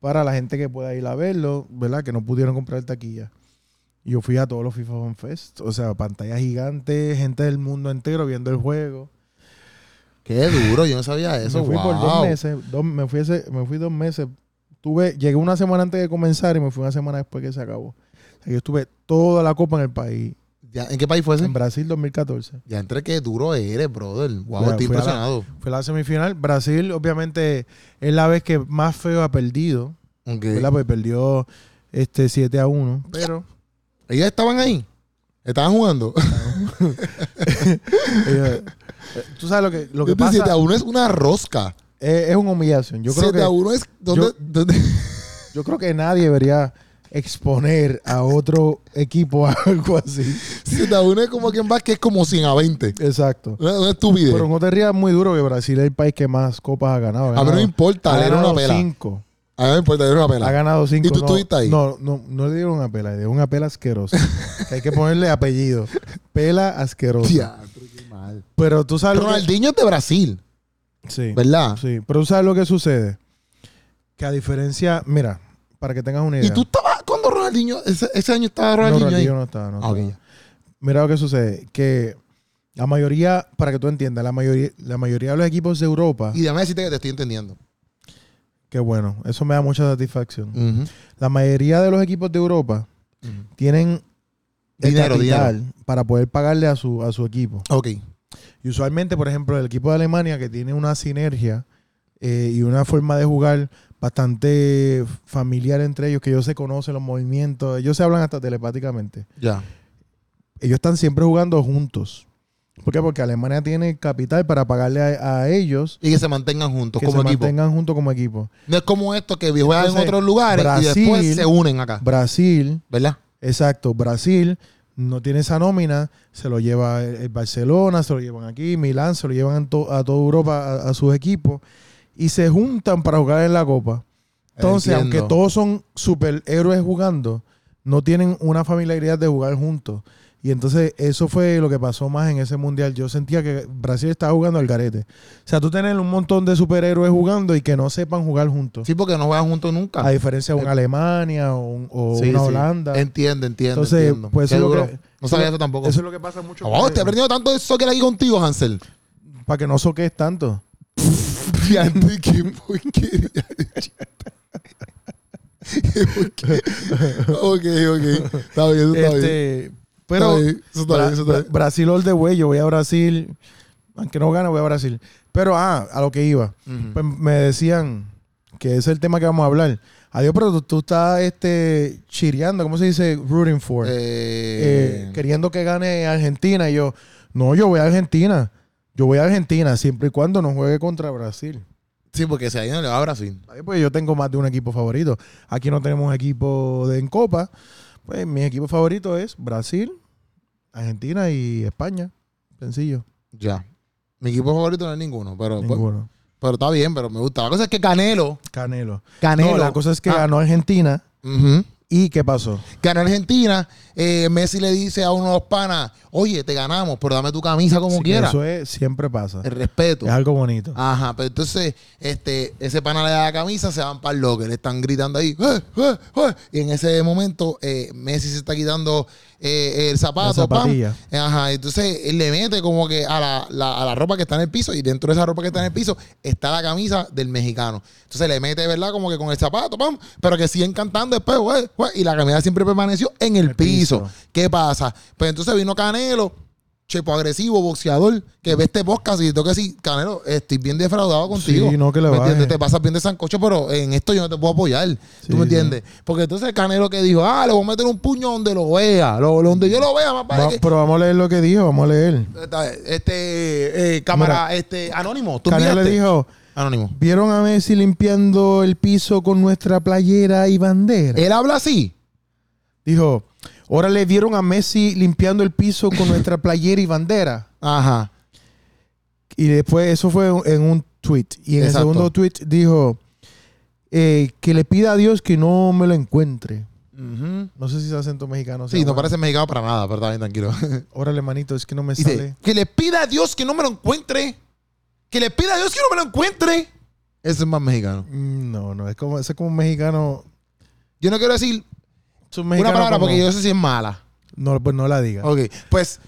Speaker 3: para la gente que pueda ir a verlo, ¿verdad? Que no pudieron comprar taquilla. Y Yo fui a todos los FIFA Fan Fest, o sea, pantallas gigantes, gente del mundo entero viendo el juego.
Speaker 2: Qué duro, yo no sabía eso.
Speaker 3: me fui por dos
Speaker 2: wow.
Speaker 3: meses, dos- me, fui ese- me fui dos meses. Tuve, llegué una semana antes de comenzar y me fui una semana después que se acabó. O sea, yo estuve toda la copa en el país.
Speaker 2: Ya, ¿En qué país fue ese?
Speaker 3: En Brasil 2014.
Speaker 2: Ya entre qué duro eres, brother. Wow,
Speaker 3: Fui a-
Speaker 2: estoy
Speaker 3: fui a la-
Speaker 2: impresionado.
Speaker 3: Fue la semifinal. Brasil, obviamente, es la vez que más feo ha perdido.
Speaker 2: Ok.
Speaker 3: ¿verdad? Pues perdió este 7 a 1. Pero
Speaker 2: Ellas estaban ahí. Estaban jugando.
Speaker 3: eh, tú sabes lo que, lo que
Speaker 2: Este
Speaker 3: pasa.
Speaker 2: 7 a 1 es una rosca.
Speaker 3: Es, es una humillación. Yo creo,
Speaker 2: 7 a
Speaker 3: que,
Speaker 2: 1 es. ¿dónde,
Speaker 3: yo-
Speaker 2: dónde-
Speaker 3: yo creo que nadie debería exponer a otro equipo a algo así.
Speaker 2: 7 a 1 es como que en básquet es como 100 a 20.
Speaker 3: Exacto.
Speaker 2: Una, una estupidez.
Speaker 3: Pero no te rías muy duro que Brasil es el país que más copas ha ganado.
Speaker 2: a
Speaker 3: Ha
Speaker 2: mí no me
Speaker 3: ganado-
Speaker 2: importa,
Speaker 3: ha
Speaker 2: le dieron
Speaker 3: ganado
Speaker 2: una pela.
Speaker 3: cinco.
Speaker 2: A mí no me importa, le dieron una
Speaker 3: Ha
Speaker 2: pela.
Speaker 3: ganado cinco.
Speaker 2: tú
Speaker 3: no,
Speaker 2: estuviste ahí?
Speaker 3: No, no, no le dieron una pela, le dieron una pela asquerosa. Que hay que ponerle apellido. Pela asquerosa.
Speaker 2: Diablo, qué mal.
Speaker 3: Pero tú sabes lo que...
Speaker 2: Ronaldinho es de Brasil,
Speaker 3: Sí.
Speaker 2: ¿verdad?
Speaker 3: Sí, pero tú sabes lo que sucede. Que a diferencia, mira, para que tengas una idea.
Speaker 2: Y tú estabas cuando Ronaldinho, ese, ese año estaba
Speaker 3: no,
Speaker 2: Ronaldinho,
Speaker 3: Ronaldinho
Speaker 2: ahí.
Speaker 3: no estaba, no
Speaker 2: Ah, ok,
Speaker 3: estaba. Mira lo que sucede, que la mayoría, para que tú entiendas, la mayoría, la mayoría de los equipos de Europa,
Speaker 2: Y déjame decirte que te estoy entendiendo.
Speaker 3: que bueno, eso me da mucha satisfacción.
Speaker 2: Ujú,
Speaker 3: La mayoría de los equipos de Europa
Speaker 2: ujú.
Speaker 3: tienen el
Speaker 2: Dinero,
Speaker 3: capital
Speaker 2: dinero.
Speaker 3: para poder pagarle a su, a su equipo.
Speaker 2: Ok.
Speaker 3: Y usualmente, por ejemplo, el equipo de Alemania que tiene una sinergia eh, y una forma de jugar bastante familiar entre ellos, que ellos se conocen los movimientos, ellos se hablan hasta telepáticamente.
Speaker 2: Ya.
Speaker 3: Ellos están siempre jugando juntos. ¿Por qué? Porque Alemania tiene capital para pagarle a, a ellos
Speaker 2: Y que se mantengan juntos
Speaker 3: que
Speaker 2: Pues como
Speaker 3: se
Speaker 2: equipo.
Speaker 3: mantengan juntos como equipo.
Speaker 2: No es como esto que juegan en
Speaker 3: Entonces,
Speaker 2: otros lugares y
Speaker 3: Brasil-
Speaker 2: después se unen acá,
Speaker 3: Brasil,
Speaker 2: ¿verdad?
Speaker 3: exacto, Brasil no tiene esa nómina, se lo lleva el, el Barcelona, se lo llevan aquí, Milán, se lo llevan a to- a toda Europa a- a sus equipos y se juntan para jugar en la Copa. Entonces,
Speaker 2: Entiendo.
Speaker 3: aunque todos son superhéroes jugando, no tienen una familiaridad de jugar juntos. Y entonces eso fue lo que pasó más en ese mundial. Yo sentía que Brasil estaba jugando al garete. O sea, tú tenés un montón de superhéroes jugando y que no sepan jugar juntos.
Speaker 2: Sí, porque no juegan juntos nunca.
Speaker 3: A diferencia de una Alemania o, un- o
Speaker 2: Sí,
Speaker 3: una
Speaker 2: sí.
Speaker 3: Holanda.
Speaker 2: Entiendo, entiendo.
Speaker 3: Entonces,
Speaker 2: entiendo.
Speaker 3: pues,
Speaker 2: Qué
Speaker 3: eso es lo
Speaker 2: duro.
Speaker 3: que-
Speaker 2: no sabía
Speaker 3: eso-
Speaker 2: eso tampoco.
Speaker 3: Eso es lo que pasa mucho.
Speaker 2: Oh, te he aprendido tanto de soccer aquí contigo, Hansel.
Speaker 3: para que no soques tanto.
Speaker 2: Diante, qué porquería de chiste. Qué porquería. Ok, ok. Está bien, eso está bien.
Speaker 3: Este, pero
Speaker 2: Está bien, eso está
Speaker 3: Bra-
Speaker 2: bien, eso está
Speaker 3: Bra-
Speaker 2: bien.
Speaker 3: Brasil all the way. Yo voy a Brasil. Aunque no gane, voy a Brasil. Pero, ah, a lo que iba.
Speaker 2: Ujú.
Speaker 3: Pues me decían que ese es el tema que vamos a hablar. Adiós, pero tú, tú estás este, chireando, ¿cómo se dice? Rooting for. Eh,
Speaker 2: Eh,
Speaker 3: queriendo que gane Argentina. Y yo, no, yo voy a Argentina. Yo voy a Argentina siempre y cuando no juegue contra Brasil.
Speaker 2: sí, porque si ahí no le va a Brasil.
Speaker 3: Ahí, Pues yo tengo más de un equipo favorito. Aquí no tenemos equipo de, en Copa. Pues mi equipo favorito es Brasil, Argentina y España. Sencillo.
Speaker 2: Ya. Mi equipo favorito no es ninguno, pero, pues,
Speaker 3: Ninguno.
Speaker 2: pero está bien, pero me gusta. La cosa es que Canelo.
Speaker 3: Canelo.
Speaker 2: Canelo.
Speaker 3: No, la cosa es que
Speaker 2: Ah.
Speaker 3: ganó Argentina.
Speaker 2: Ujú.
Speaker 3: ¿Y qué pasó?
Speaker 2: Gana Argentina. eh, Messi le dice a uno de los panas: Oye, te ganamos, pero dame tu camisa como
Speaker 3: Así que
Speaker 2: quieras.
Speaker 3: Eso es, siempre pasa.
Speaker 2: El respeto.
Speaker 3: Es algo bonito.
Speaker 2: Ajá, pero entonces este, ese pana le da la camisa, se van para el locker, le están gritando ahí. ¡Eh, eh, eh! Y en ese momento eh, Messi se está quitando eh, el
Speaker 3: La
Speaker 2: zapato. pam.
Speaker 3: zapatilla.
Speaker 2: Ajá, entonces él le mete como que a la, la- a la ropa que está en el piso y dentro de esa ropa que está en el piso está la camisa del mexicano. Entonces le mete, ¿verdad? Como que con el zapato, pam, pero que siguen cantando después, güey, güey, y la camisa siempre permaneció en el,
Speaker 3: El
Speaker 2: piso.
Speaker 3: piso.
Speaker 2: ¿Qué pasa? Pues entonces vino Canelo, chepo agresivo, boxeador, que ve este podcast y yo tengo que decir, Canelo, estoy bien defraudado contigo.
Speaker 3: Sí, no, que le
Speaker 2: ¿Me
Speaker 3: baje.
Speaker 2: entiendes? Te pasas bien de sancocho, pero en esto yo no te puedo apoyar.
Speaker 3: Sí,
Speaker 2: ¿Tú me entiendes? Porque entonces Canelo que dijo, ah, le voy a meter un puño donde lo vea, lo- donde yo lo vea, más para
Speaker 3: Va- pues.
Speaker 2: que
Speaker 3: pero vamos a leer lo que dijo, vamos a leer.
Speaker 2: esta- este eh, cámara este anónimo tú
Speaker 3: Canelo
Speaker 2: enviaste?
Speaker 3: le dijo,
Speaker 2: anónimo
Speaker 3: ¿vieron a Messi limpiando el piso con nuestra playera y bandera?
Speaker 2: él habla así
Speaker 3: Dijo, ahora le vieron a Messi limpiando el piso con nuestra playera y bandera.
Speaker 2: ajá
Speaker 3: Y después eso fue en un tweet. Y en
Speaker 2: Exacto.
Speaker 3: el segundo tweet dijo eh, que le pida a Dios que no me lo encuentre.
Speaker 2: Ujú.
Speaker 3: No sé si es acento mexicano. o sea,
Speaker 2: Sí, no
Speaker 3: bueno.
Speaker 2: parece mexicano para nada, pero está bien tranquilo.
Speaker 3: Órale, manito, es que no me
Speaker 2: Dice,
Speaker 3: sale.
Speaker 2: que le pida a Dios que no me lo encuentre. Que le pida a Dios que no me lo encuentre. Ese es más mexicano.
Speaker 3: Mm, No, no, es como, es como un mexicano.
Speaker 2: Yo no quiero decir
Speaker 3: Es un mexicano
Speaker 2: una palabra
Speaker 3: como-
Speaker 2: porque yo sé si es mala.
Speaker 3: No, pues no la diga.
Speaker 2: Ok, pues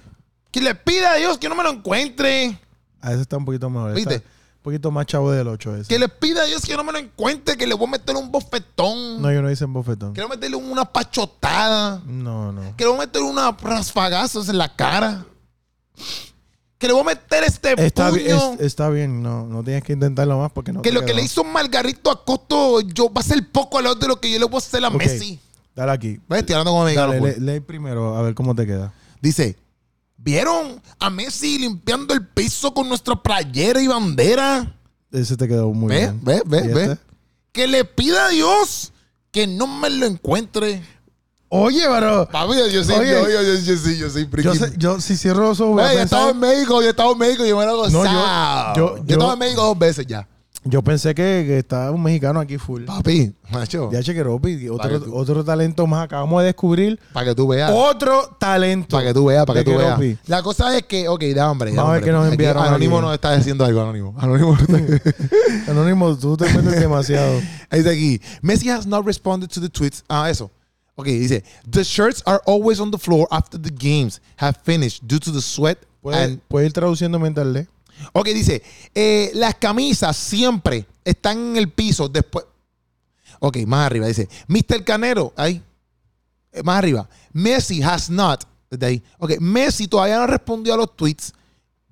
Speaker 2: que le pida a Dios que no me lo encuentre.
Speaker 3: A ese está un poquito mejor.
Speaker 2: ¿Viste?
Speaker 3: Está un poquito más chavo del 8 ese.
Speaker 2: Que le pida a Dios que no me lo encuentre, que le voy a meter un bofetón.
Speaker 3: No, yo no dicen bofetón.
Speaker 2: Quiero meterle una pachotada.
Speaker 3: No, no.
Speaker 2: Que le voy a meter unos rasfagazos en la cara. Que le voy a meter este
Speaker 3: Está, bi-
Speaker 2: puño.
Speaker 3: es- está bien, no, no tienes que intentarlo más porque no
Speaker 2: que
Speaker 3: te
Speaker 2: lo que
Speaker 3: quedó.
Speaker 2: le hizo Margarito a Costo yo, va a ser poco a lo de lo que yo le voy a hacer a
Speaker 3: Ok.
Speaker 2: Messi.
Speaker 3: Dale aquí.
Speaker 2: Ve, Estoy hablando como mexicano.
Speaker 3: Dale,
Speaker 2: pues.
Speaker 3: le- lee primero a ver cómo te queda.
Speaker 2: Dice, ¿vieron a Messi limpiando el piso con nuestra playera y bandera?
Speaker 3: Ese te quedó muy
Speaker 2: Ve,
Speaker 3: bien.
Speaker 2: ve, ve,
Speaker 3: ¿Y
Speaker 2: ve.
Speaker 3: este?
Speaker 2: Que le pida a Dios que no me lo encuentre.
Speaker 3: Oye, pero
Speaker 2: Papi, yo sí,
Speaker 3: Oye.
Speaker 2: yo, yo, yo, yo sí, yo sí,
Speaker 3: yo,
Speaker 2: friki.
Speaker 3: sé- yo si cierro los ojos voy a
Speaker 2: Oye, yo
Speaker 3: pensar-
Speaker 2: estaba en México, yo estaba en México, yo me lo he
Speaker 3: yo-
Speaker 2: gozado.
Speaker 3: yo-
Speaker 2: yo,
Speaker 3: yo-
Speaker 2: estaba en México dos veces ya.
Speaker 3: yo pensé que, que estaba un mexicano aquí full.
Speaker 2: Papi, macho,
Speaker 3: Ya chequeropi,
Speaker 2: Para
Speaker 3: otro,
Speaker 2: que tú-
Speaker 3: otro talento más acabamos de descubrir.
Speaker 2: para que tú veas.
Speaker 3: Otro talento.
Speaker 2: Para que tú veas, para
Speaker 3: de
Speaker 2: Oh. que tú veas.
Speaker 3: Keropi.
Speaker 2: La cosa es que, ok, da hombre. da
Speaker 3: Vamos a ver
Speaker 2: hombre.
Speaker 3: qué nos
Speaker 2: Aquí
Speaker 3: enviaron
Speaker 2: Anónimo
Speaker 3: aquí.
Speaker 2: nos está diciendo algo, Anónimo. Anónimo.
Speaker 3: Anónimo, tú te metes demasiado.
Speaker 2: Ahí está aquí. Messi has not responded to the tweets. Ah, eso. Ok, dice, the shirts are always on the floor after the games have finished due to the sweat
Speaker 3: Puedes,
Speaker 2: and...
Speaker 3: puedes ir traduciendo mientras lees.
Speaker 2: Ok, dice, eh, las camisas siempre están en el piso después... Ok, más arriba, dice, Mr. Canero, ahí, Eh, más arriba, Messi has not, desde ahí. Ok, Messi todavía no respondió a los tweets,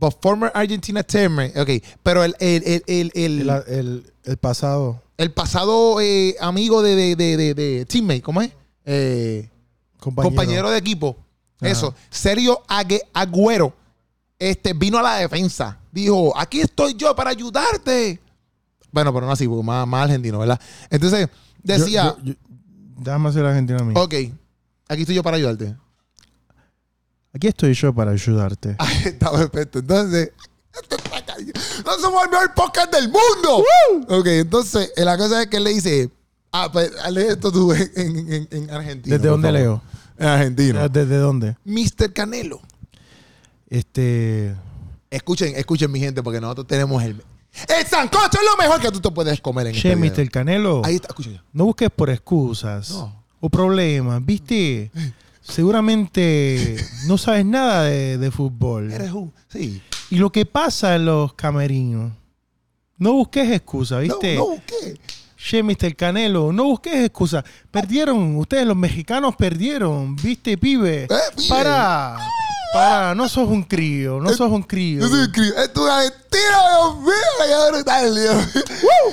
Speaker 2: but former Argentina teamer, ok, pero el... el, el, el, el-
Speaker 3: El, el- el pasado.
Speaker 2: el pasado eh, amigo de, de, de, de- de teammate, ¿cómo es? Eh,
Speaker 3: Compañero.
Speaker 2: compañero. de equipo.
Speaker 3: Ajá.
Speaker 2: Eso. Sergio Ague- Agüero este, vino a la defensa. Dijo, aquí estoy yo para ayudarte. Bueno, pero no así, porque más, más argentino, ¿verdad? Entonces,
Speaker 3: Yo-
Speaker 2: decía,
Speaker 3: yo- yo- déjame hacer argentino a mí.
Speaker 2: ok, aquí estoy yo para ayudarte.
Speaker 3: Aquí estoy yo para ayudarte.
Speaker 2: Ahí está perfecto. Entonces, esto está cañón. no somos el mejor podcast del mundo. Ok, entonces, eh, la cosa es que él le dice, ah, pues lee esto tú en, en, en- en argentino.
Speaker 3: ¿Desde
Speaker 2: por
Speaker 3: dónde
Speaker 2: favor.
Speaker 3: leo?
Speaker 2: En argentino.
Speaker 3: ¿Desde dónde?
Speaker 2: Mr. Canelo.
Speaker 3: Este.
Speaker 2: Escuchen, escuchen, mi gente, porque nosotros tenemos el. El sancocho es lo mejor que tú te puedes comer en
Speaker 3: Che,
Speaker 2: este video.
Speaker 3: Mr. Canelo.
Speaker 2: Ahí está, escuchen.
Speaker 3: No busques por excusas
Speaker 2: No.
Speaker 3: o problemas, ¿viste? Seguramente no sabes nada de, de fútbol.
Speaker 2: Eres un. Sí.
Speaker 3: Y lo que pasa en los camerinos. No busques excusas,
Speaker 2: No,
Speaker 3: ¿viste?
Speaker 2: no busqué.
Speaker 3: Che, Mr. Canelo, no busques excusas. Perdieron, ustedes los mexicanos perdieron, ¿viste, pibe?
Speaker 2: Eh, pibe. Eh,
Speaker 3: Para, para, no sos un crío, no sos un crío.
Speaker 2: Yo soy un crío. Esto es una mentira, Dios mío. La que brutal, Dios.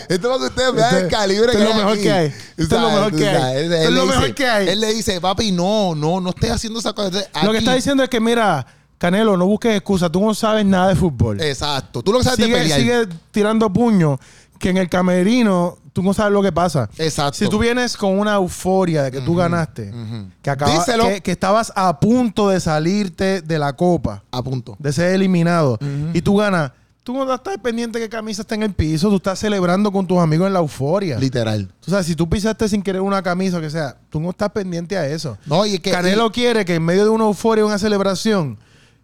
Speaker 2: Esto es para que ustedes vean el
Speaker 3: Esto-
Speaker 2: calibre
Speaker 3: Este esto es lo mejor
Speaker 2: aquí.
Speaker 3: que hay. Esto es lo
Speaker 2: Tú sabes,
Speaker 3: mejor
Speaker 2: tú
Speaker 3: que hay.
Speaker 2: sabes. Él-
Speaker 3: Esto es
Speaker 2: él
Speaker 3: lo
Speaker 2: le
Speaker 3: mejor
Speaker 2: dice-
Speaker 3: que hay.
Speaker 2: Él le dice, papi, no, no, no estés haciendo esa cosa.
Speaker 3: Lo que está diciendo es que, mira, Canelo, no busques excusas, tú no sabes nada de
Speaker 2: Eh,
Speaker 3: fútbol.
Speaker 2: Exacto. Tú lo que sabes de
Speaker 3: sigue,
Speaker 2: pelear.
Speaker 3: sigue tirando puño que en el camerino tú no sabes lo que pasa.
Speaker 2: Exacto.
Speaker 3: Si tú vienes con una euforia de que tú ganaste,
Speaker 2: ujú.
Speaker 3: que, acaba-
Speaker 2: Díselo.
Speaker 3: que, que estabas a punto de salirte de la copa,
Speaker 2: A punto.
Speaker 3: de ser eliminado, y tú ganas, tú no estás pendiente que camisa está en el piso, tú estás celebrando con tus amigos en la euforia.
Speaker 2: Literal.
Speaker 3: Tú sabes, si tú pisaste sin querer una camisa o que sea, tú no estás pendiente a eso.
Speaker 2: No, y es que.
Speaker 3: Canelo quiere que en medio de una euforia, una celebración,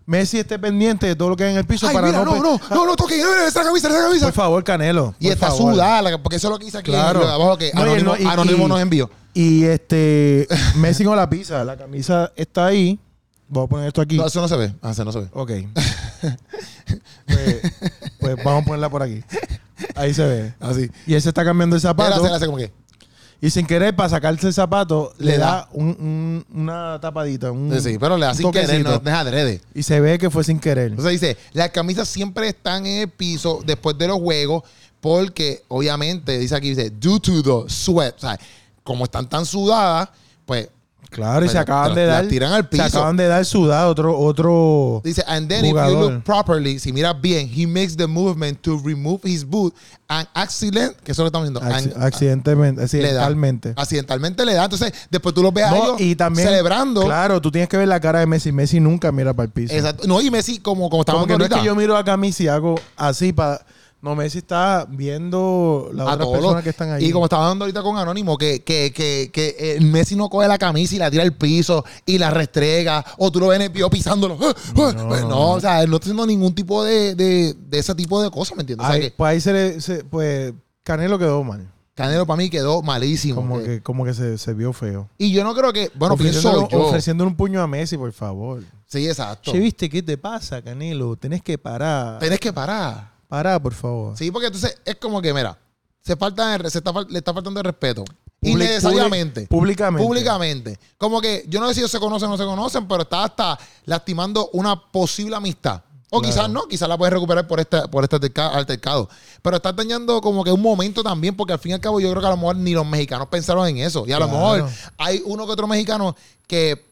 Speaker 3: Messi esté pendiente de todo lo que hay en el piso
Speaker 2: Ay,
Speaker 3: para
Speaker 2: mira, no,
Speaker 3: pe-
Speaker 2: no, no, no toques, no, no, esa camisa, esa camisa.
Speaker 3: Por favor, Canelo.
Speaker 2: Y
Speaker 3: por
Speaker 2: está
Speaker 3: favor.
Speaker 2: sudada, la- porque eso es lo que dice aquí
Speaker 3: Claro.
Speaker 2: en el- abajo que
Speaker 3: No, y
Speaker 2: Anónimo,
Speaker 3: no- y-
Speaker 2: Anónimo
Speaker 3: y-
Speaker 2: nos envió.
Speaker 3: Y este, Messi con la pizza. La camisa está ahí. Voy a poner esto aquí.
Speaker 2: No, eso no se ve. Ah, eso no se ve.
Speaker 3: Ok. pues, pues vamos a ponerla por aquí. Ahí se ve.
Speaker 2: Así.
Speaker 3: Y él se está cambiando el
Speaker 2: Él
Speaker 3: zapato.
Speaker 2: hace, él hace como que.
Speaker 3: Y sin querer, para sacarse el zapato, le,
Speaker 2: Le
Speaker 3: da,
Speaker 2: da.
Speaker 3: un- un- una tapadita. un-
Speaker 2: Sí, sí, pero le da
Speaker 3: un
Speaker 2: sin querer, no Pues,
Speaker 3: toquecito.
Speaker 2: deja adrede.
Speaker 3: Y se ve que fue sin querer.
Speaker 2: Entonces dice, las camisas siempre están en el piso después de los juegos porque obviamente, dice aquí, dice, due to the sweat. O sea, como están tan sudadas, pues
Speaker 3: Claro, y se
Speaker 2: Pero-
Speaker 3: acaban
Speaker 2: pero
Speaker 3: de
Speaker 2: la
Speaker 3: dar.
Speaker 2: tiran al piso.
Speaker 3: Se acaban de dar sudado otro. otro
Speaker 2: Dice, and then if you
Speaker 3: Jugador.
Speaker 2: look properly, si miras bien, he makes the movement to remove his boot and accident, que eso lo estamos diciendo,
Speaker 3: acci-
Speaker 2: and-
Speaker 3: accidentemente,
Speaker 2: le da.
Speaker 3: accidentalmente.
Speaker 2: Accidentalmente le da. Entonces, después tú los ves a
Speaker 3: No,
Speaker 2: ellos
Speaker 3: y también
Speaker 2: celebrando.
Speaker 3: Claro, tú tienes que ver la cara de Messi. Messi nunca mira para el piso.
Speaker 2: Exacto. No, y Messi, como, como
Speaker 3: Como
Speaker 2: estábamos
Speaker 3: que no es
Speaker 2: ahorita.
Speaker 3: que yo miro a Messi y hago así para No, Messi está viendo las
Speaker 2: a
Speaker 3: otras
Speaker 2: todos los-
Speaker 3: personas que están ahí.
Speaker 2: Y como estaba dando ahorita con Anónimo, que, que, que, que eh, Messi no coge la camisa y la tira al piso y la restrega, o tú lo ves en el pio pisándolo. ¡Ah! ¡Ah! No, o sea, él no está haciendo ningún tipo de, de, de ese tipo de cosas, ¿me entiendes? O sea,
Speaker 3: Ahí-
Speaker 2: que
Speaker 3: pues ahí se le. se- pues Canelo quedó mal.
Speaker 2: Canelo para mí quedó malísimo.
Speaker 3: Como
Speaker 2: Eh,
Speaker 3: que, como que se, se vio feo.
Speaker 2: Y yo no creo que, bueno, pienso
Speaker 3: Ofreciéndole-
Speaker 2: yo.
Speaker 3: ofreciéndole un puño a Messi, por favor.
Speaker 2: Sí, exacto.
Speaker 3: Che, ¿viste qué te pasa, Canelo? Tenés que parar.
Speaker 2: Tienes que parar.
Speaker 3: Pará, por favor.
Speaker 2: Sí, porque entonces es como que, mira, se falta de- se está fal- le está faltando el respeto.
Speaker 3: Publi-
Speaker 2: Innecesariamente.
Speaker 3: publi- Públicamente.
Speaker 2: públicamente. Como que yo no sé si ellos se conocen o no se conocen, pero está hasta lastimando una posible amistad. O
Speaker 3: Claro.
Speaker 2: quizás no, quizás la puedes recuperar por este, por este alterca- altercado. Pero está dañando como que un momento también, porque al fin y al cabo yo creo que a lo mejor ni los mexicanos pensaron en eso. Y a lo
Speaker 3: Claro.
Speaker 2: mejor hay uno que otro mexicano que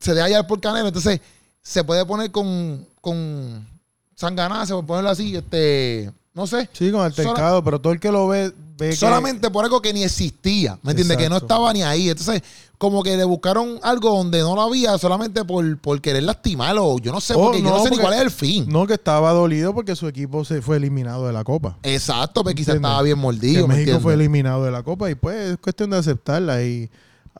Speaker 2: se deja hallar por Canelo. Entonces se puede poner con, con sanganá, se puede ponerlo así, este, no sé.
Speaker 3: Sí, con altercado, pero todo el que lo ve, ve que-
Speaker 2: Solamente por algo que ni existía, ¿me entiendes? Que no
Speaker 3: Exacto.
Speaker 2: estaba ni ahí. Entonces, como que le buscaron algo donde no lo había solamente por, por querer lastimarlo. Yo no sé,
Speaker 3: Oh,
Speaker 2: porque yo no
Speaker 3: no,
Speaker 2: sé ni
Speaker 3: porque-
Speaker 2: cuál es el fin.
Speaker 3: No, que estaba dolido porque su equipo se fue eliminado de la Copa.
Speaker 2: Exacto, pero quizás
Speaker 3: Entiendo.
Speaker 2: estaba bien
Speaker 3: Que
Speaker 2: mordido, ¿me
Speaker 3: México fue
Speaker 2: entiendes?
Speaker 3: eliminado de la Copa y pues es cuestión de aceptarla. Y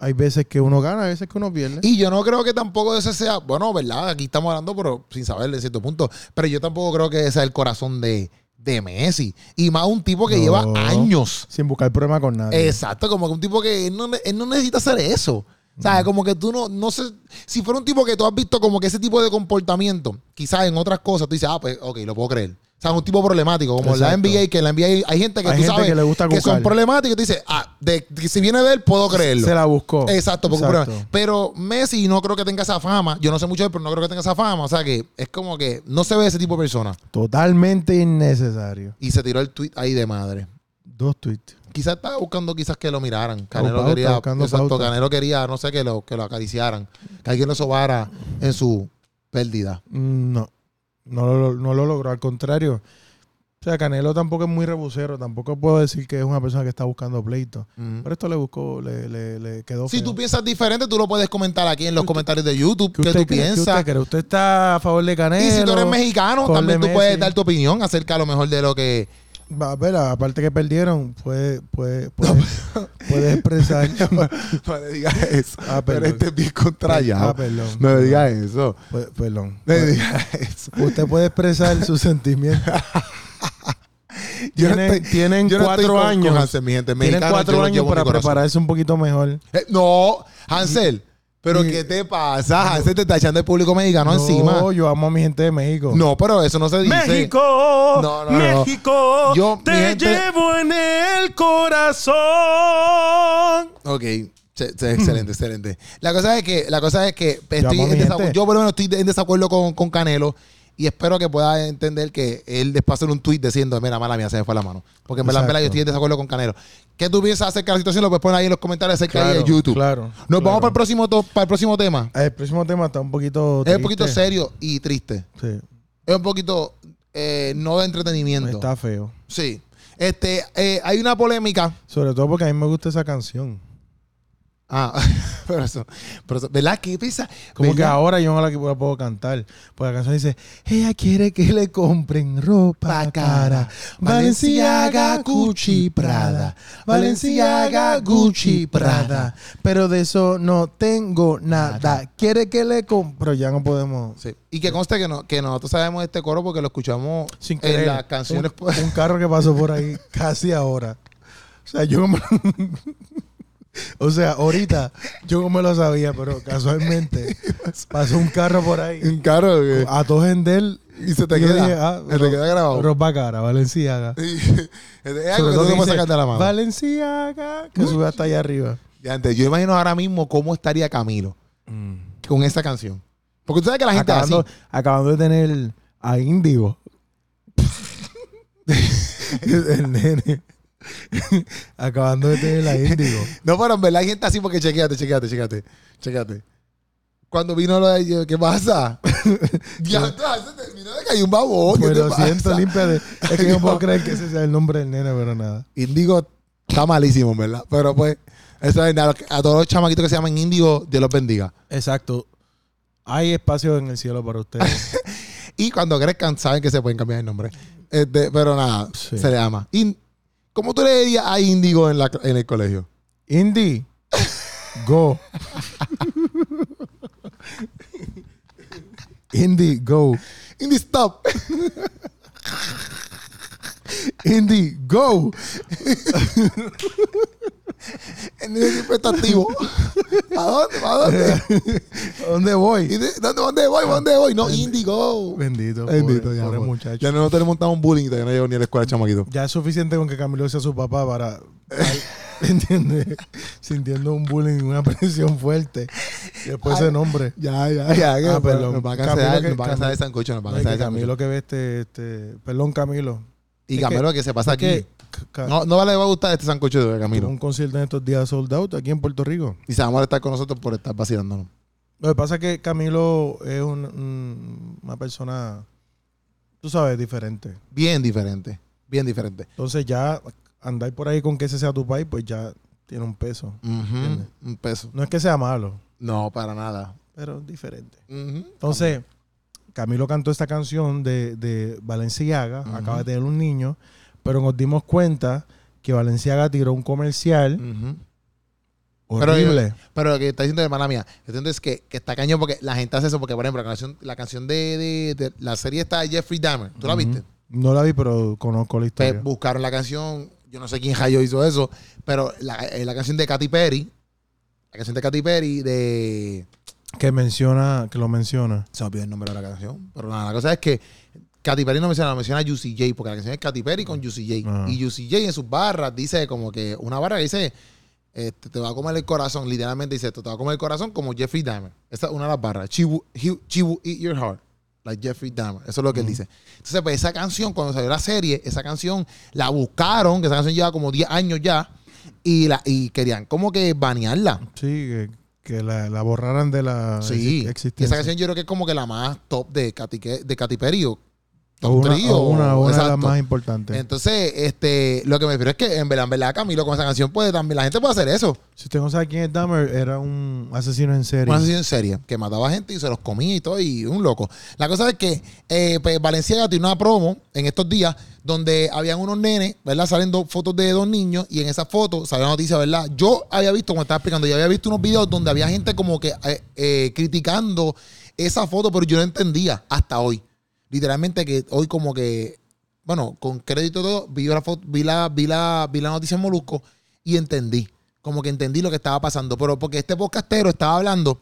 Speaker 3: hay veces que uno gana, hay veces que uno pierde.
Speaker 2: Y yo no creo que tampoco ese sea, bueno, ¿verdad? Aquí estamos hablando, pero sin saberle en cierto punto. Pero yo tampoco creo que ese sea el corazón de, de Messi. Y más un tipo que
Speaker 3: No.
Speaker 2: lleva años
Speaker 3: Sin buscar problema con nadie.
Speaker 2: Exacto, como que un tipo que él no, él no necesita hacer eso. O sea, como que tú no, no sé, si fuera un tipo que tú has visto como que ese tipo de comportamiento, quizás en otras cosas, tú dices, ah, pues, ok, lo puedo creer. O sea, es un tipo problemático, como en la
Speaker 3: Exacto.
Speaker 2: NBA, que en la NBA hay gente que
Speaker 3: Hay
Speaker 2: tú
Speaker 3: gente
Speaker 2: sabes
Speaker 3: que le gusta
Speaker 2: son
Speaker 3: cucar.
Speaker 2: problemáticos, y tú dices, ah, de, que si viene de él, puedo creerlo.
Speaker 3: Se la buscó.
Speaker 2: Exacto, porque
Speaker 3: Exacto.
Speaker 2: prueba. pero Messi no creo que tenga esa fama. Yo no sé mucho de él, pero no creo que tenga esa fama. O sea que es como que no se ve ese tipo de persona.
Speaker 3: Totalmente innecesario.
Speaker 2: Y se tiró el tweet ahí de madre.
Speaker 3: Dos tweets.
Speaker 2: Quizás estaba buscando quizás que lo miraran. Canelo
Speaker 3: pauta,
Speaker 2: quería,
Speaker 3: buscando
Speaker 2: exacto,
Speaker 3: pauta.
Speaker 2: Canelo quería, no sé, que lo, que lo acariciaran. Que alguien lo sobara en su pérdida.
Speaker 3: Mm, No. No lo, no lo logró. Al contrario. O sea, Canelo tampoco es muy rebucero. Tampoco puedo decir que es una persona que está buscando pleito.
Speaker 2: Mm.
Speaker 3: Pero esto le buscó, le, le, le quedó.
Speaker 2: Si
Speaker 3: feo.
Speaker 2: tú piensas diferente, tú lo puedes comentar aquí en los
Speaker 3: ¿Qué usted-
Speaker 2: comentarios de YouTube.
Speaker 3: ¿Qué
Speaker 2: ¿Qué
Speaker 3: usted
Speaker 2: tú
Speaker 3: cree? ¿Qué
Speaker 2: piensas?
Speaker 3: usted cree? ¿Usted está a favor de Canelo?
Speaker 2: Y si tú eres mexicano,
Speaker 3: Ponle
Speaker 2: también tú
Speaker 3: Messi.
Speaker 2: puedes dar tu opinión acerca a lo mejor de lo que...
Speaker 3: Va, espera, aparte que perdieron, puede, puede, puede, puede expresar.
Speaker 2: pues, No le digas eso. este
Speaker 3: Ah, perdón.
Speaker 2: bien
Speaker 3: Ah, perdón. perdón.
Speaker 2: eso.
Speaker 3: Pu- perdón.
Speaker 2: No le digas eso.
Speaker 3: Usted puede expresar sus sentimientos.
Speaker 2: Yo no
Speaker 3: tienen
Speaker 2: estoy-
Speaker 3: tienen
Speaker 2: yo no estoy
Speaker 3: cuatro
Speaker 2: con- con
Speaker 3: años.
Speaker 2: Hansel, mi gente.
Speaker 3: tienen
Speaker 2: Mexicano, yo
Speaker 3: cuatro
Speaker 2: lo
Speaker 3: años
Speaker 2: llevo en mi
Speaker 3: para
Speaker 2: corazón.
Speaker 3: prepararse un poquito mejor.
Speaker 2: Eh, no, Hansel. ¿Pero
Speaker 3: Y-
Speaker 2: qué te pasa? Hansel te está echando el público mexicano encima.
Speaker 3: No, yo amo a mi gente de México.
Speaker 2: No, pero eso no se dice.
Speaker 4: México,
Speaker 2: No, no, no.
Speaker 4: México,
Speaker 2: Yo, mi
Speaker 4: te
Speaker 2: gente-
Speaker 4: llevo en el corazón.
Speaker 2: Ok. se- se- excelente, excelente. La cosa es que, la cosa es que estoy
Speaker 3: amo a
Speaker 2: en
Speaker 3: mi
Speaker 2: desacu-
Speaker 3: gente.
Speaker 2: yo por lo menos estoy de- en desacuerdo con, con Canelo y espero que pueda entender que él después hacer un tuit diciendo, mira, mala mía, se me fue la mano. Porque en verdad, en verdad, yo
Speaker 3: Exacto.
Speaker 2: estoy en desacuerdo con Canelo. ¿Qué tú piensas acerca de la situación? Lo puedes poner ahí en los comentarios acerca
Speaker 3: Claro,
Speaker 2: de YouTube.
Speaker 3: claro,
Speaker 2: Nos vamos
Speaker 3: claro.
Speaker 2: para el próximo, to- para el próximo tema.
Speaker 3: El próximo tema está un poquito.
Speaker 2: Es un poquito
Speaker 3: triste.
Speaker 2: serio y triste.
Speaker 3: Sí,
Speaker 2: Es un poquito eh, no de entretenimiento.
Speaker 3: está feo.
Speaker 2: Sí. Este, eh, hay una polémica.
Speaker 3: Sobre todo porque a mí me gusta esa canción.
Speaker 2: Ah, pero eso, pero eso- ¿verdad? ¿Qué pesa?
Speaker 3: Como que
Speaker 2: ¿Verdad?
Speaker 3: ahora yo no la la puedo cantar. Porque la canción dice, ella quiere que le compren ropa
Speaker 2: Pa'
Speaker 3: cara.
Speaker 2: cara.
Speaker 3: Valenciaga, Gucci, Prada. Valenciaga, Gucci, Prada. Pero de eso no tengo nada. Quiere que le compre... Pero ya no podemos...
Speaker 2: Sí. Y que conste que, no, que nosotros sabemos este coro porque lo escuchamos
Speaker 3: Sin querer.
Speaker 2: en las canciones.
Speaker 3: Un, un carro que pasó por ahí casi ahora. O sea, yo no me lo- O sea, ahorita yo no me lo sabía, pero casualmente pasó un carro por ahí.
Speaker 2: caro
Speaker 3: a todo Gendel
Speaker 2: Y se te
Speaker 3: ah, yo
Speaker 2: queda.
Speaker 3: dije, ah,
Speaker 2: se te
Speaker 3: ro-
Speaker 2: queda grabado.
Speaker 3: Ropa cara, Valenciaga.
Speaker 2: es algo que tú no puedes sacar de la mano.
Speaker 3: Valenciaga, que sube hasta allá arriba.
Speaker 2: Ya, antes, yo imagino ahora mismo cómo estaría Camilo con esa canción. Porque tú sabes que la gente es Mm. así.
Speaker 3: Acabando, acabando de tener a Índigo. El nene. acabando de tener a Índigo.
Speaker 2: No, pero en verdad hay gente así porque chequeate, chequeate, chequeate, chequeate. Cuando vino lo de ¿qué pasa? ya está, se terminó de caer un babón. ¿qué
Speaker 3: Pues
Speaker 2: te
Speaker 3: lo siento,
Speaker 2: pasa?
Speaker 3: limpia de. Es que
Speaker 2: Ay,
Speaker 3: no puedo
Speaker 2: no.
Speaker 3: creer que ese sea el nombre del nene, pero nada.
Speaker 2: Índigo está malísimo, en ¿verdad? Pero pues, eso es nada. A todos los chamaquitos que se llaman Índigo, Dios los bendiga.
Speaker 3: Exacto. Hay espacio en el cielo para ustedes.
Speaker 2: Y cuando crezcan, saben que se pueden cambiar el nombre. Este, pero nada,
Speaker 3: Sí.
Speaker 2: se le ama. In- ¿Cómo tú le dirías a Índigo en, la, en el colegio?
Speaker 3: Indy, go. Indy, go.
Speaker 2: Indy, stop.
Speaker 3: Indy, go.
Speaker 2: Indy siempre está activo. ¿A dónde? ¿A dónde?
Speaker 3: ¿A dónde voy?
Speaker 2: Indy, ¿Dónde, dónde voy? ¿Dónde voy? No, Indigo.
Speaker 3: Bendito,
Speaker 2: Bendito,
Speaker 3: pobre,
Speaker 2: ya.
Speaker 3: pobre
Speaker 2: bueno.
Speaker 3: muchacho.
Speaker 2: Ya nosotros le montamos un bullying y todavía no llegó ni a la escuela, chamaquito.
Speaker 3: Ya es suficiente con que Camilo sea su papá para. ¿Entiendes? Sintiendo un bullying, una presión fuerte. Después ese nombre.
Speaker 2: Ya, ya, ya. que
Speaker 3: Ah,
Speaker 2: nos-
Speaker 3: perdón.
Speaker 2: Nos va a
Speaker 3: Camilo
Speaker 2: cancelar,
Speaker 3: que-
Speaker 2: nos va a cancelar
Speaker 3: Camilo-
Speaker 2: de sancocho, nos va a
Speaker 3: No, y
Speaker 2: cancelar
Speaker 3: que
Speaker 2: de sancocho.
Speaker 3: Camilo que ve este, este. Perdón, Camilo.
Speaker 2: Y
Speaker 3: es
Speaker 2: Camilo que se pasa Pues aquí.
Speaker 3: Que ca-
Speaker 2: No, no le va a gustar este sancocho de
Speaker 3: tuvo
Speaker 2: Camilo.
Speaker 3: un concierto en estos días sold out aquí en Puerto Rico.
Speaker 2: Y se va a molestar con nosotros por estar vacilándonos.
Speaker 3: Lo que pasa es que Camilo es un- un- una persona, tú sabes, diferente.
Speaker 2: Bien diferente. Bien diferente.
Speaker 3: Entonces ya andar por ahí con que ese sea tu país, pues ya tiene un peso.
Speaker 2: Ujú,
Speaker 3: Entiende.
Speaker 2: Un peso.
Speaker 3: No es que sea malo,
Speaker 2: No, para nada.
Speaker 3: pero es diferente.
Speaker 2: Ujú.
Speaker 3: Entonces, Camilo cantó esta canción de, de Valenciaga,
Speaker 2: Ujú.
Speaker 3: acaba de tener un niño, pero nos dimos cuenta que Valenciaga tiró un comercial
Speaker 2: Ujú. Pero- eh,
Speaker 3: horrible.
Speaker 2: Pero lo que está diciendo de mala mía, yo entiendo es que, que está cañón porque la gente hace eso. Porque, por ejemplo, la canción, la canción de, de- de- la serie está de Jeffrey Dahmer. ¿Tú la
Speaker 3: Ujú.
Speaker 2: viste?
Speaker 3: No la vi, pero conozco la
Speaker 2: Pues,
Speaker 3: historia.
Speaker 2: buscaron la canción. Yo no sé quién rayo hizo eso. Pero la, eh, la canción de Katy Perry. La canción de Katy Perry de.
Speaker 3: que menciona, que lo menciona.
Speaker 2: Se me olvidó el nombre de la canción. Pero nada, la cosa es que Katy Perry no menciona, la menciona Juicy J. Porque la canción es Katy Perry con Juicy J.
Speaker 3: Ajá.
Speaker 2: Y Juicy J en sus barras dice como que. Una barra que dice. este, te va a comer el corazón, literalmente dice esto, te va a comer el corazón como Jeffrey Dahmer. Esa es una de las barras. She will, he- she will eat your heart, like Jeffrey Dahmer. Eso es lo que él
Speaker 3: Ujú.
Speaker 2: dice. Entonces, pues esa canción, cuando salió la serie, esa canción la buscaron, que esa canción lleva como 10 años ya, y, la, y querían como que banearla.
Speaker 3: Sí, que, que la, la borraran de la
Speaker 2: sí,
Speaker 3: exi-
Speaker 2: Y esa
Speaker 3: existencia.
Speaker 2: canción yo creo que es como que la más top de Katy, que- de Katy Perry o
Speaker 3: O
Speaker 2: top
Speaker 3: una,
Speaker 2: three,
Speaker 3: o una,
Speaker 2: o-
Speaker 3: una de las
Speaker 2: exacto.
Speaker 3: más importantes.
Speaker 2: Entonces, este, lo que me refiero es que en verdad, en verdad, Camilo, con esa canción, puede también la gente puede hacer eso.
Speaker 3: si usted no sabe quién es Dahmer, era un asesino en serie.
Speaker 2: Un asesino en serie que mataba gente y se los comía y todo, y un loco. La cosa es que eh, pues, Valenciaga tiene una promo en estos días donde habían unos nenes, ¿verdad? Salen dos fotos de dos niños y en esas fotos salió la noticia, ¿verdad? Yo había visto, como estaba explicando, yo había visto unos videos donde había gente como que eh, eh, criticando esa foto, pero yo no entendía hasta hoy. Literalmente que hoy como que, bueno, con crédito y todo, vi la, foto, vi la, vi la, vi la noticia en Molusco y entendí. Como que entendí lo que estaba pasando. Pero porque este podcastero estaba hablando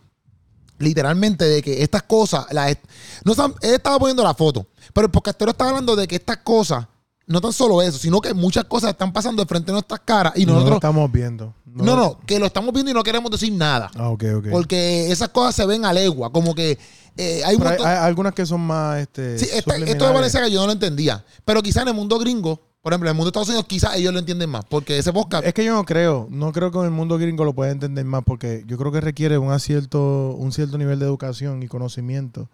Speaker 2: literalmente de que estas cosas, la, est- no están- él estaba poniendo la foto, pero el podcastero estaba hablando de que estas cosas, no tan solo eso, sino que muchas cosas están pasando de frente a nuestras caras y
Speaker 3: y nosotros
Speaker 2: nosotros,
Speaker 3: estamos viendo.
Speaker 2: no, no, que lo estamos viendo y no queremos decir nada,
Speaker 3: Ah, ok, ok.
Speaker 2: porque esas cosas se ven a legua, como que eh, hay un
Speaker 3: Pero hay,
Speaker 2: montón-
Speaker 3: hay algunas que son más. Este,
Speaker 2: Sí, esta- esto de
Speaker 3: subliminales.
Speaker 2: Valenciaga yo no lo entendía, pero quizá en el mundo gringo, por ejemplo, en el mundo de Estados Unidos, quizás ellos lo entienden más, porque ese podcast,
Speaker 3: Es que yo no creo, no creo que en el mundo gringo lo pueda entender más porque yo creo que requiere un cierto, un cierto nivel de educación y conocimiento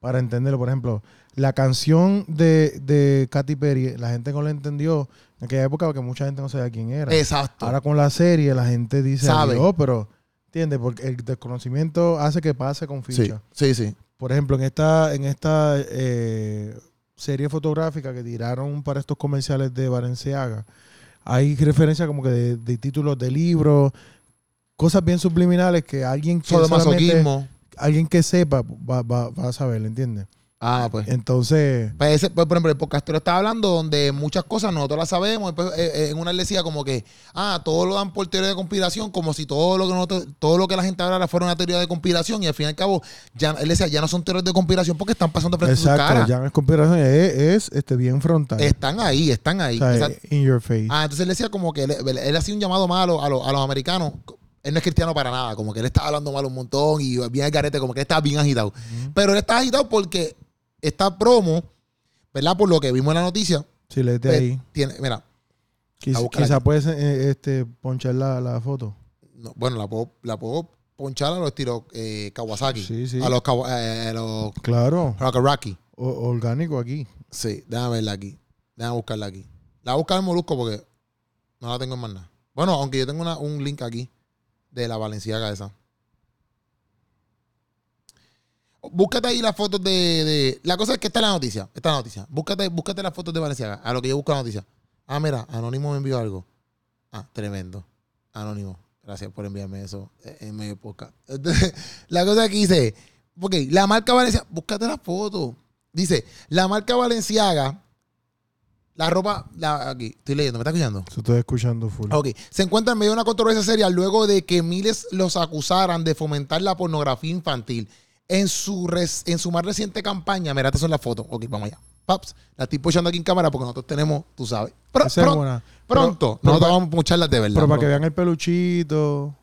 Speaker 3: para entenderlo. Por ejemplo, la canción de, de Katy Perry, la gente no la entendió en aquella época porque mucha gente no sabía quién era.
Speaker 2: exacto,
Speaker 3: Ahora con la serie la gente dice,
Speaker 2: Sabe.
Speaker 3: "Adiós", pero ¿entiendes? Porque el desconocimiento hace que pase con
Speaker 2: sí,
Speaker 3: ficha.
Speaker 2: sí, sí,
Speaker 3: Por ejemplo, en esta, en esta eh, serie fotográfica que tiraron para estos comerciales de Valenciaga, hay referencias como que de, de títulos de libros, cosas bien subliminales que alguien que, solamente-
Speaker 2: masoquismo,
Speaker 3: alguien que sepa va, va- va a saber, ¿entiendes?
Speaker 2: ah, pues.
Speaker 3: Entonces,
Speaker 2: Pues ese, pues, por ejemplo, el podcastero está hablando donde muchas cosas nosotros las sabemos. y pues, eh, eh, en una él decía como que, ah, todo lo dan por teoría de conspiración, como si todo lo que nosotros, todo lo que la gente hablara fuera una teoría de conspiración. Y al fin y al cabo, ya, él decía, ya no son teorías de conspiración porque están pasando frente a su
Speaker 3: exacto,
Speaker 2: cara.
Speaker 3: ya no es conspiración, es, es, este, bien frontal.
Speaker 2: Están ahí, están
Speaker 3: O
Speaker 2: ahí.
Speaker 3: sea,
Speaker 2: Exacto.
Speaker 3: in your face.
Speaker 2: Ah, entonces él decía como que él, él- él hacía un llamado malo a, los- a los americanos. Él no es cristiano para nada, como que él estaba hablando mal un montón y bien al garete, como que él estaba bien agitado. Pero él está agitado porque esta promo, ¿verdad? Por lo que vimos en la noticia,
Speaker 3: si lees de
Speaker 2: pues,
Speaker 3: ahí.
Speaker 2: tiene, mira,
Speaker 3: Quiz-
Speaker 2: a buscarla
Speaker 3: quizá puedes eh, este, ponchar la, la foto.
Speaker 2: no, bueno, la puedo, la puedo ponchar a los estilos eh, Kawasaki,
Speaker 3: Sí, sí.
Speaker 2: a los, Kawa- eh, a los
Speaker 3: Claro,
Speaker 2: Rocky.
Speaker 3: o- orgánico aquí.
Speaker 2: Sí, déjame verla aquí, déjame buscarla aquí. La voy a buscar en Molusco porque no la tengo en más nada. Bueno, aunque yo tengo una- un link aquí de la Valenciaga esa. búscate ahí las fotos de, de- La cosa es que está la noticia. Está la noticia. Búscate, búscate las fotos de Valenciaga. A lo que yo busco la noticia. Ah, mira, Anónimo me envió algo. Ah, tremendo. Anónimo. Gracias por enviarme eso eh, en medio podcast. Entonces, la cosa que dice. Ok, la marca Valenciaga. Búscate las fotos. Dice, la marca Valenciaga. La ropa. la- aquí, estoy leyendo, ¿me está escuchando?
Speaker 3: Eso estoy escuchando full.
Speaker 2: Ok. Se encuentra en medio de una controversia seria luego de que miles los acusaran de fomentar la pornografía infantil. En su, res- en su más reciente campaña, mira, estas son las fotos. Ok, vamos allá. Paps, la estoy puchando aquí en cámara porque nosotros tenemos, tú sabes. Pro-
Speaker 3: Esa es
Speaker 2: pro-
Speaker 3: buena.
Speaker 2: pronto,
Speaker 3: Pero- pero
Speaker 2: nosotros
Speaker 3: pa-
Speaker 2: vamos a pucharlas de verdad.
Speaker 3: Pero para que
Speaker 2: bro.
Speaker 3: vean el peluchito.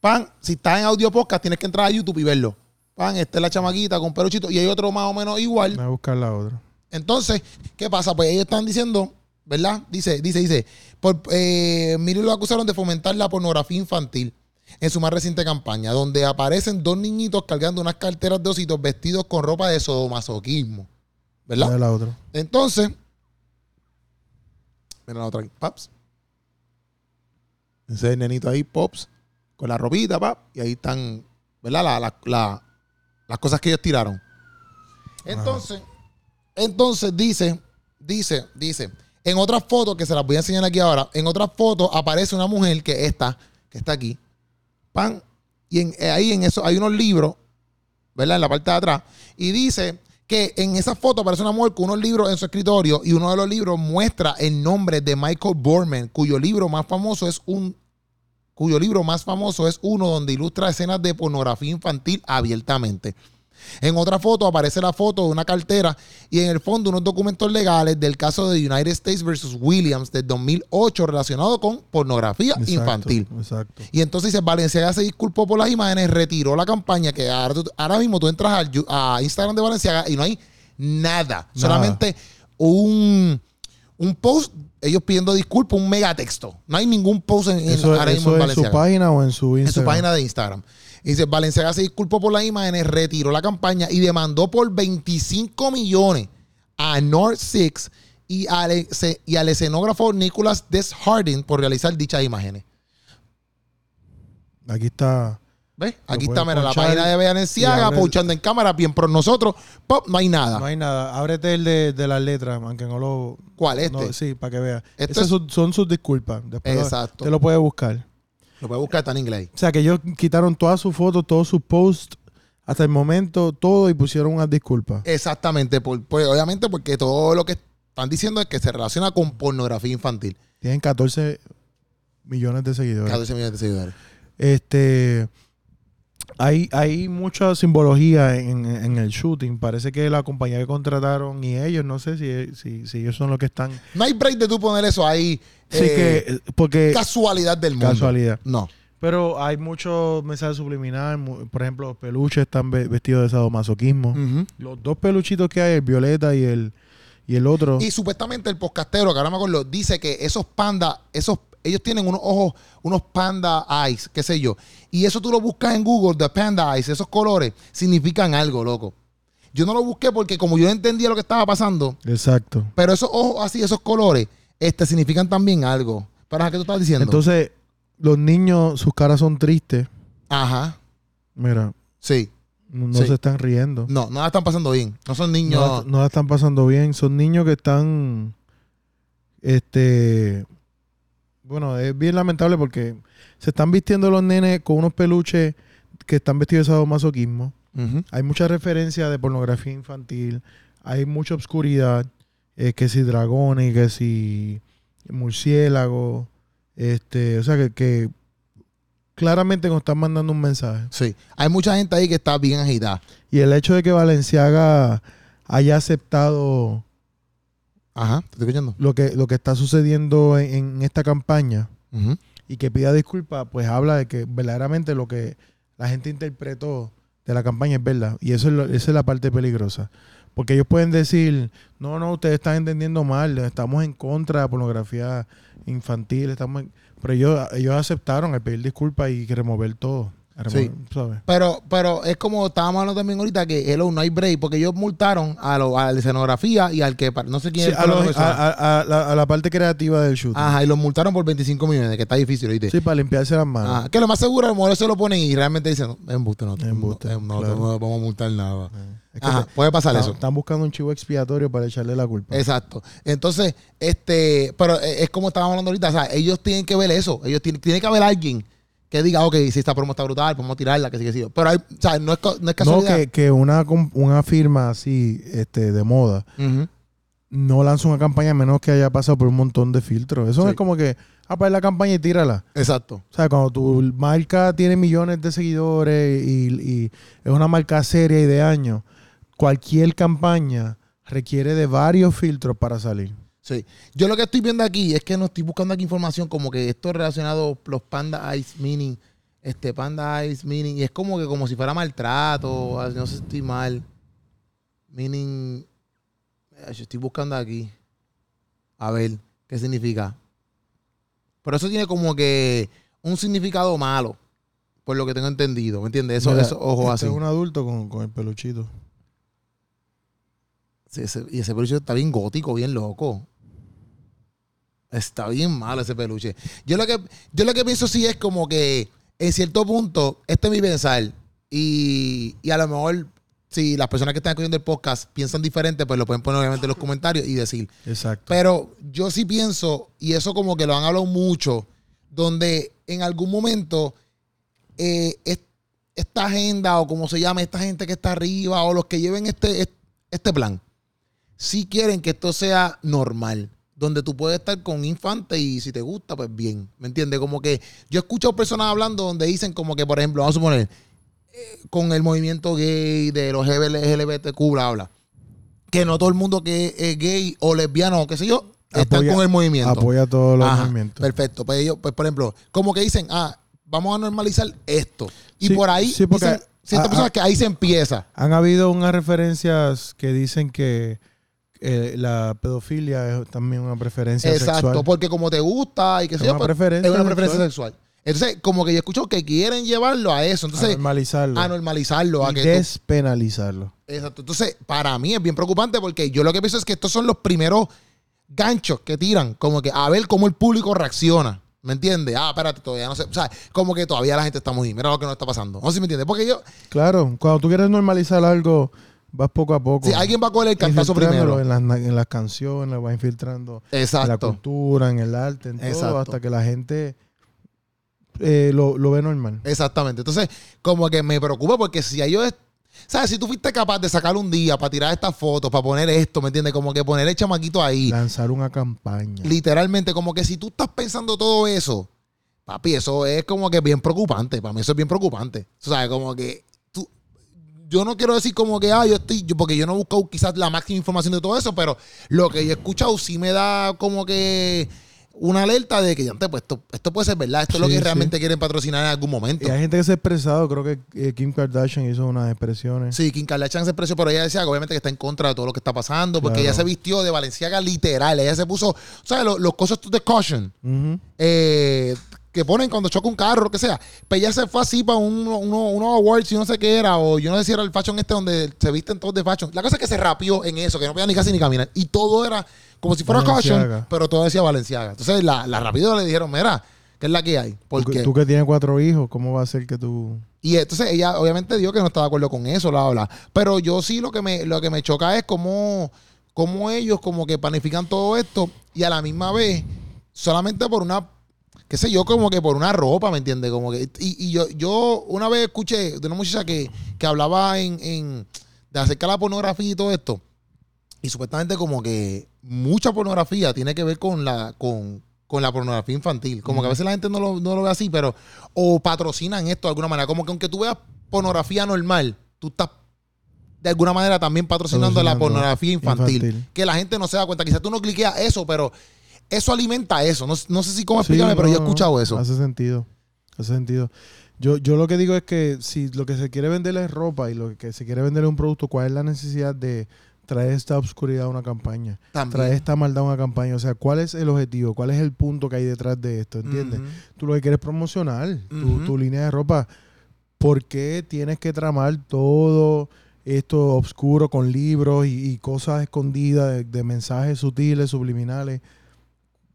Speaker 2: Pan, si estás en audio podcast, tienes que entrar a YouTube y verlo. Pan, esta es la chamaquita con peluchito y hay otro más o menos igual.
Speaker 3: Voy a buscar la otra.
Speaker 2: Entonces, ¿qué pasa? Pues ellos están diciendo, ¿verdad? Dice, dice, dice, por, eh, Miri lo acusaron de fomentar la pornografía infantil en su más reciente campaña, donde aparecen dos niñitos cargando unas carteras de ositos vestidos con ropa de sodomasoquismo,
Speaker 3: Voy
Speaker 2: ¿verdad?
Speaker 3: a la otra.
Speaker 2: Entonces, mira la otra aquí, paps. Ese es el nenito ahí, pops, con la ropita, pap, y ahí están, ¿verdad? La- la- la- las cosas que ellos tiraron. Entonces, entonces dice, dice, dice, en otras fotos que se las voy a enseñar aquí ahora, en otras fotos aparece una mujer que es esta, que está aquí, pan, y en- eh, ahí en eso hay unos libros, ¿verdad? En la parte de atrás, y dice que en esa foto aparece una mujer con unos libros en su escritorio y uno de los libros muestra el nombre de Michael Borman, cuyo libro más famoso es un cuyo libro más famoso es uno donde ilustra escenas de pornografía infantil abiertamente. En otra foto aparece la foto de una cartera y en el fondo unos documentos legales del caso de United States versus Williams del 2008 relacionado con pornografía
Speaker 3: Exacto,
Speaker 2: infantil.
Speaker 3: Exacto.
Speaker 2: Y entonces dice, Valenciaga se disculpó por las imágenes, retiró la campaña, que ahora, tú- ahora mismo tú entras al Yu- a, Instagram de Valenciaga y no hay nada, solamente un, un post, ellos pidiendo disculpas, un megatexto. No hay ningún post en, en-
Speaker 3: Eso,
Speaker 2: ahora mismo en
Speaker 3: eso en su
Speaker 2: Valenciaga.
Speaker 3: página o en su
Speaker 2: En
Speaker 3: Instagram.
Speaker 2: su página de Instagram. Y dice, Valenciaga se disculpó por las imágenes, retiró la campaña y demandó por 25 millones a North Six y al, ex- y al escenógrafo Nicholas Deshardin por realizar dichas imágenes.
Speaker 3: Aquí está.
Speaker 2: ¿Ves? Aquí
Speaker 3: pueden
Speaker 2: está, mira, la
Speaker 3: ponchar
Speaker 2: página de
Speaker 3: y
Speaker 2: Valenciaga,
Speaker 3: abren-
Speaker 2: pochando en cámara, bien por nosotros. Pop, no hay nada.
Speaker 3: No hay nada. Ábrete el de, de las letras, aunque no lo.
Speaker 2: ¿Cuál este?
Speaker 3: no- sí, para que veas.
Speaker 2: Este
Speaker 3: Esas
Speaker 2: es-
Speaker 3: son, son sus disculpas. Después lo-
Speaker 2: Exacto.
Speaker 3: Te lo puedes buscar.
Speaker 2: Lo puedes buscar, está en inglés.
Speaker 3: O sea, que ellos quitaron todas sus fotos, todos sus posts, hasta el momento, todo, y pusieron unas disculpas.
Speaker 2: Eh. Exactamente, por, pues, obviamente porque todo lo que están diciendo es que se relaciona con pornografía infantil.
Speaker 3: Tienen 14 millones de seguidores.
Speaker 2: 14 millones de seguidores.
Speaker 3: Este. Hay, hay mucha simbología en, en el shooting. Parece que la compañía que contrataron y ellos, no sé si, si, si ellos son los que están.
Speaker 2: No hay break de tú poner eso ahí.
Speaker 3: Sí,
Speaker 2: eh,
Speaker 3: que. Porque.
Speaker 2: Casualidad del mundo.
Speaker 3: Casualidad.
Speaker 2: No.
Speaker 3: Pero hay muchos mensajes subliminales. mu- Por ejemplo, los peluches están ve- vestidos de sadomasoquismo. Los dos peluchitos que hay, el violeta y el, y el otro.
Speaker 2: Y supuestamente el podcastero, que ahora me acuerdo, dice que esos pandas, esos, ellos tienen unos ojos, unos panda eyes, qué sé yo. Y eso tú lo buscas en Google, the panda eyes, esos colores significan algo, loco. Yo no lo busqué porque como yo no entendía lo que estaba pasando,
Speaker 3: Exacto.
Speaker 2: pero esos ojos así, esos colores, este, significan también algo. ¿Para qué tú estás diciendo?
Speaker 3: Entonces, los niños, sus caras son tristes.
Speaker 2: Ajá,
Speaker 3: Mira,
Speaker 2: sí.
Speaker 3: no
Speaker 2: Sí.
Speaker 3: se están riendo.
Speaker 2: No, no la están pasando bien. No son niños.
Speaker 3: No, la- no la están pasando bien. Son niños que están. Este. Bueno, es bien lamentable porque se están vistiendo los nenes con unos peluches que están vestidos de sadomasoquismo.
Speaker 2: Ujú.
Speaker 3: Hay mucha referencia de pornografía infantil. Hay mucha obscuridad. eh, que si dragones, que si murciélagos. Este, o sea, que, que claramente nos están mandando un mensaje.
Speaker 2: Sí. Hay mucha gente ahí que está bien agitada.
Speaker 3: Y el hecho de que Valenciaga haya aceptado
Speaker 2: Ajá, ¿te estoy escuchando?
Speaker 3: lo que, lo que está sucediendo en, en esta campaña
Speaker 2: Ujú.
Speaker 3: y que pida disculpas, pues habla de que verdaderamente lo que la gente interpretó de la campaña es verdad. Y eso es lo- esa es la parte peligrosa. Porque ellos pueden decir, no, no, ustedes están entendiendo mal, estamos en contra de la pornografía infantil, estamos en-". pero ellos, ellos aceptaron el pedir disculpas y que remover todo.
Speaker 2: Sí.
Speaker 3: ¿sabes?
Speaker 2: Pero, pero es como estábamos hablando también ahorita que hello, no hay break, porque ellos multaron a, lo, a la escenografía y al que pa- no sé quién
Speaker 3: Sí,
Speaker 2: es Ah.
Speaker 3: a,
Speaker 2: el
Speaker 3: los-
Speaker 2: profesor.
Speaker 3: a- a- a la, a la parte creativa del shooter.
Speaker 2: Ajá, y los multaron por 25 millones, que está difícil, ¿oíste?
Speaker 3: Sí, para limpiarse las manos.
Speaker 2: Ajá, que lo más seguro, a lo mejor se lo ponen y realmente dicen, no, embuste, no,
Speaker 3: Embuste,
Speaker 2: no, no,
Speaker 3: claro.
Speaker 2: no vamos a multar nada.
Speaker 3: Es que
Speaker 2: Ajá,
Speaker 3: te-
Speaker 2: puede pasar
Speaker 3: están-
Speaker 2: eso.
Speaker 3: Están buscando un chivo expiatorio para echarle la culpa.
Speaker 2: Exacto. Entonces, este, pero eh, es como estábamos hablando ahorita, o sea, ellos tienen que ver eso, ellos tienen, tiene que haber alguien que diga, ok, si esta promo está brutal, podemos tirarla, que sí, que sí. Pero hay, o sea, no es, co- no es
Speaker 3: no,
Speaker 2: casualidad.
Speaker 3: que, que una, com- una firma así este, de moda
Speaker 2: Ujú.
Speaker 3: no lanza una campaña a menos que haya pasado por un montón de filtros. Eso no
Speaker 2: Sí.
Speaker 3: es como que, ah, pues la campaña y tírala.
Speaker 2: Exacto.
Speaker 3: O sea, cuando tu marca tiene millones de seguidores y, y es una marca seria y de años, cualquier campaña requiere de varios filtros para salir.
Speaker 2: Sí. Yo lo que estoy viendo aquí es que no estoy buscando aquí información como que esto es relacionado los Panda Ice Mini, este Panda Ice Mini, y es como que como si fuera maltrato, ah, no sé si estoy mal. Meaning, eh, yo estoy buscando aquí. A ver, ¿qué significa? Pero eso tiene como que un significado malo, por lo que tengo entendido, ¿me entiendes? Eso,
Speaker 3: Mira,
Speaker 2: eso, ojo,
Speaker 3: este
Speaker 2: así.
Speaker 3: Es un adulto con, con el peluchito.
Speaker 2: Sí, ese- y ese peluche está bien gótico, bien loco. Está bien malo ese peluche. Yo lo que, yo lo que pienso sí es como que en cierto punto, este es mi pensar. Y, y a lo mejor, si las personas que están escuchando el podcast piensan diferente, pues lo pueden poner obviamente en los comentarios y decir.
Speaker 3: Exacto.
Speaker 2: Pero yo sí pienso, y eso como que lo han hablado mucho, donde en algún momento eh, es- esta agenda o como se llama, esta gente que está arriba o los que lleven este, est- este plan, sí quieren que esto sea normal, donde tú puedes estar con infante y si te gusta, pues bien, ¿me entiendes? Como que yo he escuchado personas hablando donde dicen como que, por ejemplo, vamos a suponer, eh, con el movimiento gay de los LGBTQ, bla, bla, que no todo el mundo que es gay o lesbiano o qué sé yo, está
Speaker 3: Apoya-
Speaker 2: con el movimiento.
Speaker 3: Apoya todos los
Speaker 2: Ajá,
Speaker 3: movimientos.
Speaker 2: Perfecto. Pues ellos, pues, por ejemplo, como que dicen, ah, vamos a normalizar esto. Y
Speaker 3: Sí,
Speaker 2: por ahí
Speaker 3: sí, porque-
Speaker 2: dicen ciertas
Speaker 3: ah,
Speaker 2: personas
Speaker 3: ah.
Speaker 2: que ahí se empieza.
Speaker 3: Han habido unas referencias que dicen que eh, la pedofilia es también una preferencia
Speaker 2: Exacto. pues,
Speaker 3: sexual.
Speaker 2: Porque como te gusta y qué
Speaker 3: Es
Speaker 2: sé yo,
Speaker 3: una
Speaker 2: pues,
Speaker 3: preferencia
Speaker 2: es una
Speaker 3: sexual.
Speaker 2: preferencia sexual. Entonces, como que yo escucho que quieren llevarlo a eso.
Speaker 3: a
Speaker 2: Entonces,
Speaker 3: normalizarlo.
Speaker 2: a normalizarlo. A
Speaker 3: y
Speaker 2: que tú-
Speaker 3: despenalizarlo.
Speaker 2: Exacto. Entonces, para mí es bien preocupante porque yo lo que pienso es que estos son los primeros ganchos que tiran, como que a ver cómo el público reacciona. ¿Me entiendes? Ah, espérate, todavía no sé. O sea, como que todavía la gente está muy. Mira lo que nos está pasando. No sé si me entiendes. Porque yo,
Speaker 3: Claro, cuando tú quieres normalizar algo, vas poco a poco.
Speaker 2: si alguien va a coger el cantazo
Speaker 3: infiltrándolo
Speaker 2: primero.
Speaker 3: En las, na- en las canciones, vas infiltrando en la
Speaker 2: Exacto.
Speaker 3: cultura, en el arte, en
Speaker 2: Exacto.
Speaker 3: todo, hasta que la gente eh, lo, lo ve normal.
Speaker 2: Exactamente. Entonces, como que me preocupa porque si a ellos. ¿Sabes? Si tú fuiste capaz de sacar un día para tirar estas fotos, para poner esto, ¿me entiendes? Como que poner el chamaquito ahí.
Speaker 3: Lanzar una campaña.
Speaker 2: Literalmente, como que si tú estás pensando todo eso, papi, eso es como que bien preocupante. Para mí eso es bien preocupante. O sea, como que tú, yo no quiero decir como que, ah, yo estoy, yo- porque yo no he buscado quizás la máxima información de todo eso, pero lo que yo he escuchado sí me da como que una alerta de que, antes, pues esto, esto puede ser verdad, esto es lo
Speaker 3: Sí,
Speaker 2: que
Speaker 3: sí.
Speaker 2: realmente quieren patrocinar en algún momento.
Speaker 3: Y hay gente que se ha expresado, creo que eh, Kim Kardashian hizo unas expresiones.
Speaker 2: Sí, Kim Kardashian se expresó, pero ella decía que obviamente que está en contra de todo lo que está pasando, porque
Speaker 3: Claro.
Speaker 2: ella se vistió de Valenciaga literal, ella se puso, ¿sabes? Los, los cosas de caution.
Speaker 3: Ujú.
Speaker 2: eh, que ponen cuando choca un carro, lo que sea. Pero ella se fue así para uno- uno- unos awards y no sé qué era, o yo no sé si era el fashion este donde se visten todos de fashion. La cosa es que se rapió en eso, que no podía ni casi ni caminar. Y todo era como si fuera caution,
Speaker 3: Balenciaga.
Speaker 2: pero todo decía Valenciaga. Entonces la, la rápido le dijeron, mira, ¿qué es la que hay?
Speaker 3: Tú,
Speaker 2: Porque
Speaker 3: que- tú que tienes cuatro hijos, ¿cómo va a ser que tú...?
Speaker 2: y entonces ella obviamente dijo que no estaba de acuerdo con eso, la habla. Pero yo sí lo que me, lo que me choca es cómo, cómo ellos como que planifican todo esto y a la misma vez, solamente por una, qué sé yo, como que por una ropa, ¿me entiendes? Como que, y, y yo, yo una vez escuché de una muchacha que, que hablaba en, en- de acerca de la pornografía y todo esto. Y supuestamente como que mucha pornografía tiene que ver con la, con, con la pornografía infantil. Como que a veces la gente no lo, no lo ve así, pero o patrocinan esto de alguna manera. Como que aunque tú veas pornografía normal, tú estás de alguna manera también patrocinando, la
Speaker 3: Patrocinando
Speaker 2: pornografía infantil,
Speaker 3: infantil.
Speaker 2: Que la gente no se da cuenta. Quizás tú no cliqueas eso, pero eso alimenta eso. No, no sé si cómo explicarme,
Speaker 3: Sí,
Speaker 2: pero yo he
Speaker 3: no,
Speaker 2: escuchado
Speaker 3: no,
Speaker 2: eso.
Speaker 3: Hace sentido. Hace sentido. Yo, yo lo que digo es que si lo que se quiere vender es ropa y lo que se quiere vender es un producto, ¿cuál es la necesidad de traer esta obscuridad a una campaña?
Speaker 2: También.
Speaker 3: Traer esta maldad a una campaña. O sea, ¿cuál es el objetivo? ¿Cuál es el punto que hay detrás de esto? ¿Entiendes?
Speaker 2: Ujú.
Speaker 3: Tú lo que quieres es promocionar tu,
Speaker 2: Ujú.
Speaker 3: tu línea de ropa. ¿por qué tienes que tramar todo esto oscuro con libros y, y cosas escondidas de, de mensajes sutiles, subliminales?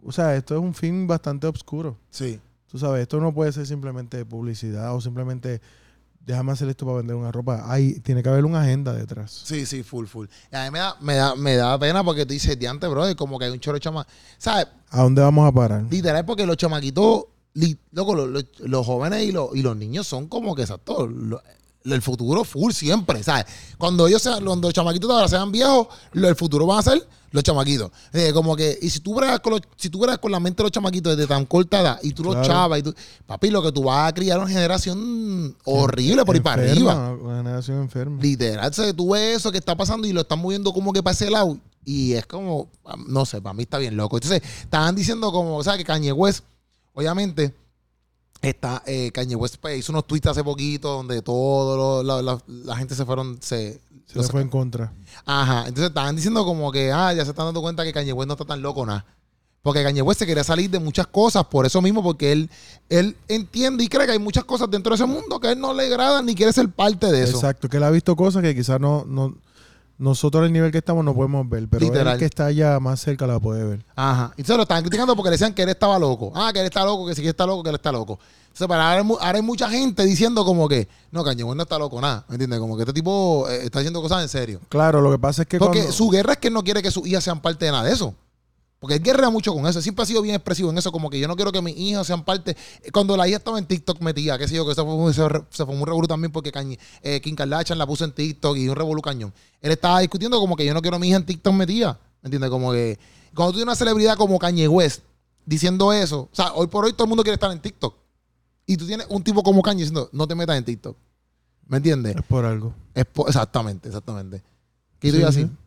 Speaker 3: O sea, esto es un fin bastante oscuro.
Speaker 2: Sí.
Speaker 3: Tú sabes, esto no puede ser simplemente publicidad o simplemente déjame hacer esto para vender una ropa. Hay, tiene que haber una agenda detrás.
Speaker 2: Sí, sí, full, full. Y a mí me da, me da, me da pena porque tú dices, diante, brother, como que hay un chorro de chama. ¿Sabes?
Speaker 3: ¿A dónde vamos a parar?
Speaker 2: Literal, porque los chamaquitos, li- loco, los, los- los jóvenes y los, y los niños son como que exacto. lo- el futuro full siempre, ¿sabes? Cuando ellos sean, cuando los chamaquitos de ahora sean viejos, lo- el futuro van a ser los chamaquitos. Eh, como que, y si tú bregas con los- si tú bregas con la mente de los chamaquitos desde tan corta edad y tú los
Speaker 3: Claro.
Speaker 2: chavas y tú, papi, lo que tú vas a criar es una generación horrible por ir para
Speaker 3: Enferma,
Speaker 2: arriba.
Speaker 3: Una generación enferma.
Speaker 2: Literal, se tú ves eso que está pasando y lo están moviendo como que para ese lado. Y es como, ah, no sé, para mí está bien loco. Entonces, estaban diciendo como, o sea, que Kanye West, obviamente, está, eh, Kanye West pues, hizo unos tweets hace poquito donde todo lo- la, la- la gente se fueron, se...
Speaker 3: Se le fue en contra.
Speaker 2: Ajá, entonces estaban diciendo como que, ah, ya se están dando cuenta que Kanye West no está tan loco nada. Porque Kanye West se quería salir de muchas cosas por eso mismo, porque él, él entiende y cree que hay muchas cosas dentro de ese mundo que a él no le agradan ni quiere ser parte de eso.
Speaker 3: Exacto, que él ha visto cosas que quizás no, no nosotros al nivel que estamos no podemos ver, pero
Speaker 2: Literal.
Speaker 3: él que está allá más cerca la puede ver.
Speaker 2: Ajá. Y se lo estaban criticando porque le decían que él estaba loco. Ah, que él está loco, que sí que está loco, que él está loco. Entonces, pero ahora, hay mu- ahora hay mucha gente diciendo como que, no, Kanye West no está loco, nada. ¿Me entiendes? Como que este tipo eh, está haciendo cosas en serio.
Speaker 3: Claro, lo que pasa es que
Speaker 2: Porque
Speaker 3: cuando-
Speaker 2: su guerra es que él no quiere que sus hijas sean parte de nada de eso. Porque él guerrea mucho con eso. Siempre ha sido bien expresivo en eso. Como que yo no quiero que mis hijas sean parte. Cuando la hija estaba en TikTok metida, qué sé yo, que eso fue un- se, re- se formó un revolú también porque Kanye- eh, Kim Kardashian la puso en TikTok y un revolú cañón. Él estaba discutiendo como que yo no quiero a mi hija en TikTok metida. ¿Me entiendes? Como que cuando tú tienes una celebridad como Kanye West diciendo eso, o sea, hoy por hoy todo el mundo quiere estar en TikTok. Y tú tienes un tipo como Kanye diciendo, no te metas en TikTok. ¿Me entiendes?
Speaker 3: es por algo.
Speaker 2: Es po- exactamente, exactamente. ¿Qué tú
Speaker 3: Sí,
Speaker 2: ibas a
Speaker 3: sí.
Speaker 2: decir?